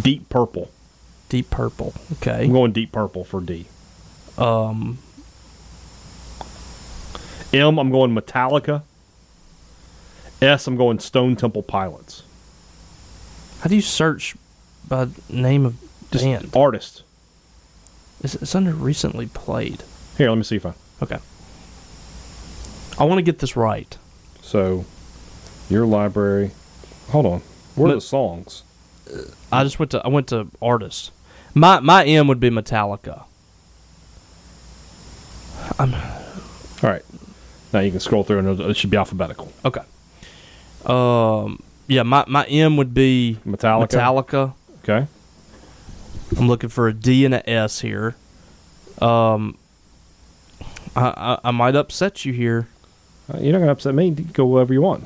Deep purple. Deep Purple. I'm Okay. going deep purple for D. Um, M, I'm going Metallica. S, I'm going Stone Temple Pilots. how do you search by name of Just band? artist. It's, it's under recently played. Here, let me see if I. Okay. I want to get this right. So, your library. Hold on. Where are But- the songs? Mm. I just went to I went to artists. My my M would be Metallica. All right. Now you can scroll through and it should be alphabetical. Okay. Um. Yeah. My my M would be Metallica. Metallica. Okay. I'm looking for a D and a S here. Um. I, I, I might upset you here. Uh, you're not going to upset me. You can Go wherever you want.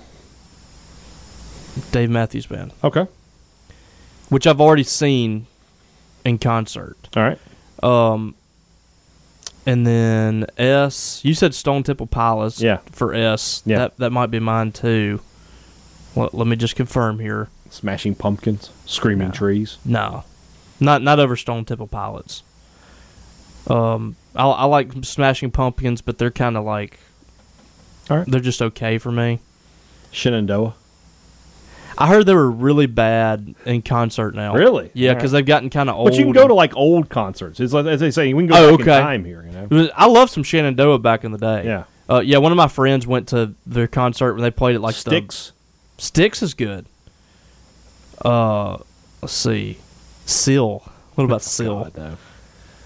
Dave Matthews Band, Okay. which I've already seen in concert. All right. Um, and then S. You said Stone Temple Pilots. Yeah. For S. Yeah. That that might be mine too. Let, let me just confirm here. Smashing pumpkins, screaming No. trees. No, not not over Stone Temple Pilots. Um, I, I like Smashing Pumpkins, but they're kind of like, All right. they're just okay for me. Shenandoah. I heard they were really bad in concert now. Really? Yeah, All because right. they've gotten kind of old. But you can go and- to like old concerts. It's like as they say, we can go Oh, back okay. in time here. You know. It was- I love some Shenandoah back in the day. Yeah. Uh, yeah, one of my friends went to their concert when they played it like the- Sticks. Sticks is good. Uh, let's see. Seal. What about Seal? Oh, God, no.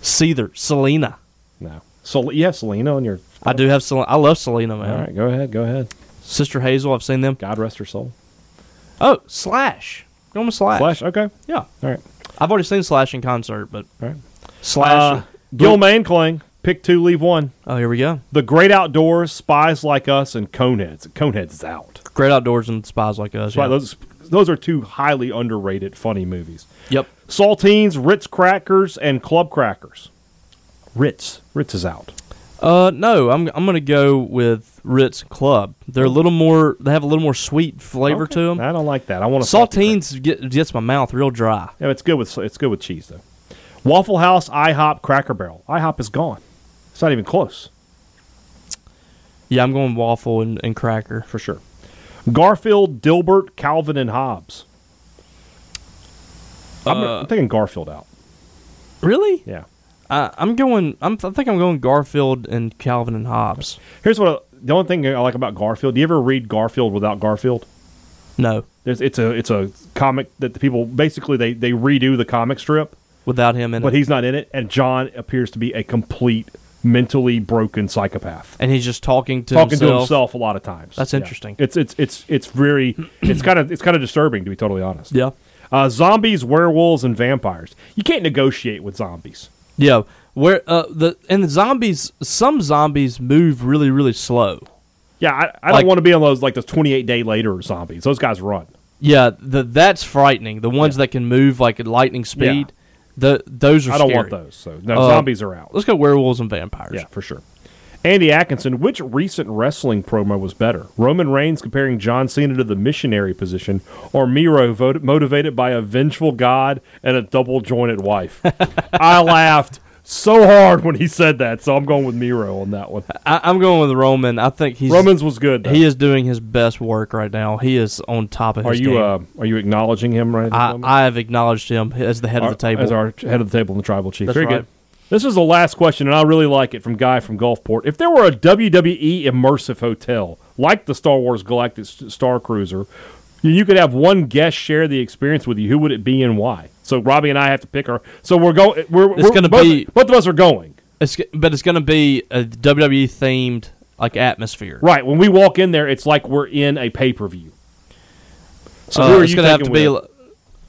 Seether. Selena. No. So you have Selena on your. I do have Selena. I love Selena, man. All right, go ahead, go ahead. Sister Hazel. I've seen them. God rest her soul. Oh, Slash. Go with Slash. Flash. Okay. Yeah. All right. I've already seen Slash in concert, but All right. Slash. Uh, Gil Mankling. Pick two, leave one. oh, here we go. The Great Outdoors, Spies Like Us, and Coneheads. Coneheads is out. Great Outdoors and Spies Like Us. So yeah. Those those are two highly underrated funny movies. Yep. Saltines, Ritz crackers, and Club crackers. Ritz. Ritz is out. Uh, no, I'm I'm gonna go with Ritz Club. They're a little more. They have a little more sweet flavor Okay. to 'em. to them. I don't like that. I want a salty cracker. Saltines get, gets my mouth real dry. Yeah, it's good with it's good with cheese though. Waffle House, IHOP, Cracker Barrel. IHOP is gone. It's not even close Yeah, I'm going waffle and, and cracker. for sure. Garfield, Dilbert, Calvin, and Hobbes. I'm, Uh, I'm thinking Garfield out. Really? Yeah. I, I'm going. I'm, I think I'm going Garfield and Calvin and Hobbes. Here's what I- the only thing I like about Garfield. Do you ever read Garfield without Garfield? No, There's, it's a it's a comic that the people basically they they redo the comic strip, without him in but it, he's not in it, and John appears to be a complete mentally broken psychopath. and he's just talking to talking himself. to himself a lot of times. That's Yeah. interesting. It's it's it's it's very it's kind of it's kind of disturbing to be totally honest. Yeah, Uh, zombies, werewolves, and vampires. You can't negotiate with zombies. yeah. Where uh the and the zombies? Some zombies move really really slow. Yeah, I, I Like- don't want to be on those like those twenty eight day later zombies. Those guys run. Yeah, the, that's frightening. The ones that can move like at lightning speed. The those are. I don't scary. want those. So no, Uh, zombies are out. Let's go werewolves and vampires. Yeah, for sure. Andy Atkinson, which recent wrestling promo was better? Roman Reigns comparing John Cena to the missionary position, or Miro vo- motivated by a vengeful god and a double jointed wife? *laughs* I laughed so hard when he said that, so I'm going with Miro on that one. I, I'm going with Roman. I think he's Romans was good. Though. He is doing his best work right now. He is on top of are his you game. uh, are you acknowledging him right? at this I, moment? I have acknowledged him as the head Our- of the table. as our head of the table and the tribal chief. That's Very right. good. This is the last question, and I really like it from Guy from Gulfport. If there were a WWE immersive hotel like the Star Wars Galactic S- Star Cruiser, you could have one guest share the experience with you. Who would it be and why? So Robbie and I have to pick our. So we're going. We're, It's we're- gonna both, be- both of us are going. It's, g- but it's going to be a WWE themed like atmosphere. Right when we walk in there, it's like we're in a pay per view. So Uh, who are it's you gonna have to taking be with? l-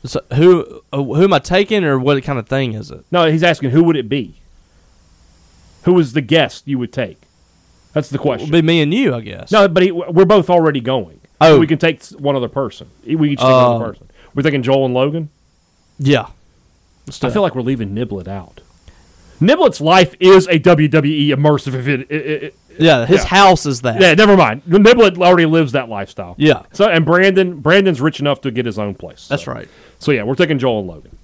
so who uh, who am I taking or what kind of thing is it? No, he's asking who would it be. Who is the guest you would take? That's the It'll question. be me and you, I guess. No, but he, we're both already going. Oh. we can take one other person. We each take one Oh. other person. We're thinking Joel and Logan. Yeah. Let's do I that. feel like we're leaving Niblet out. Niblet's life is a WWE immersive event. I- I- I- yeah, his yeah. house is that. yeah, never mind. Niblet already lives that lifestyle. Yeah. So and Brandon, Brandon's rich enough to get his own place. That's So- right. So yeah, we're taking Joel and Logan.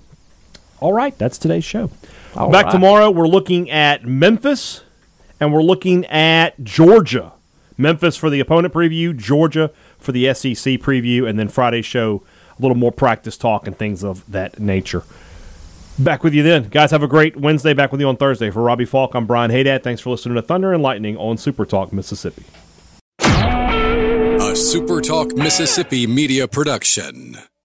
All right, that's today's show. All Back right. tomorrow, we're looking at Memphis, and we're looking at Georgia. Memphis for the opponent preview, Georgia for the SEC preview, and then Friday's show a little more practice talk and things of that nature. Back with you then, guys. Have a great Wednesday. Back with you on Thursday for Robbie Falk. I'm Brian Haydad. Thanks for listening to Thunder and Lightning on Super Talk Mississippi. A SuperTalk Mississippi media production.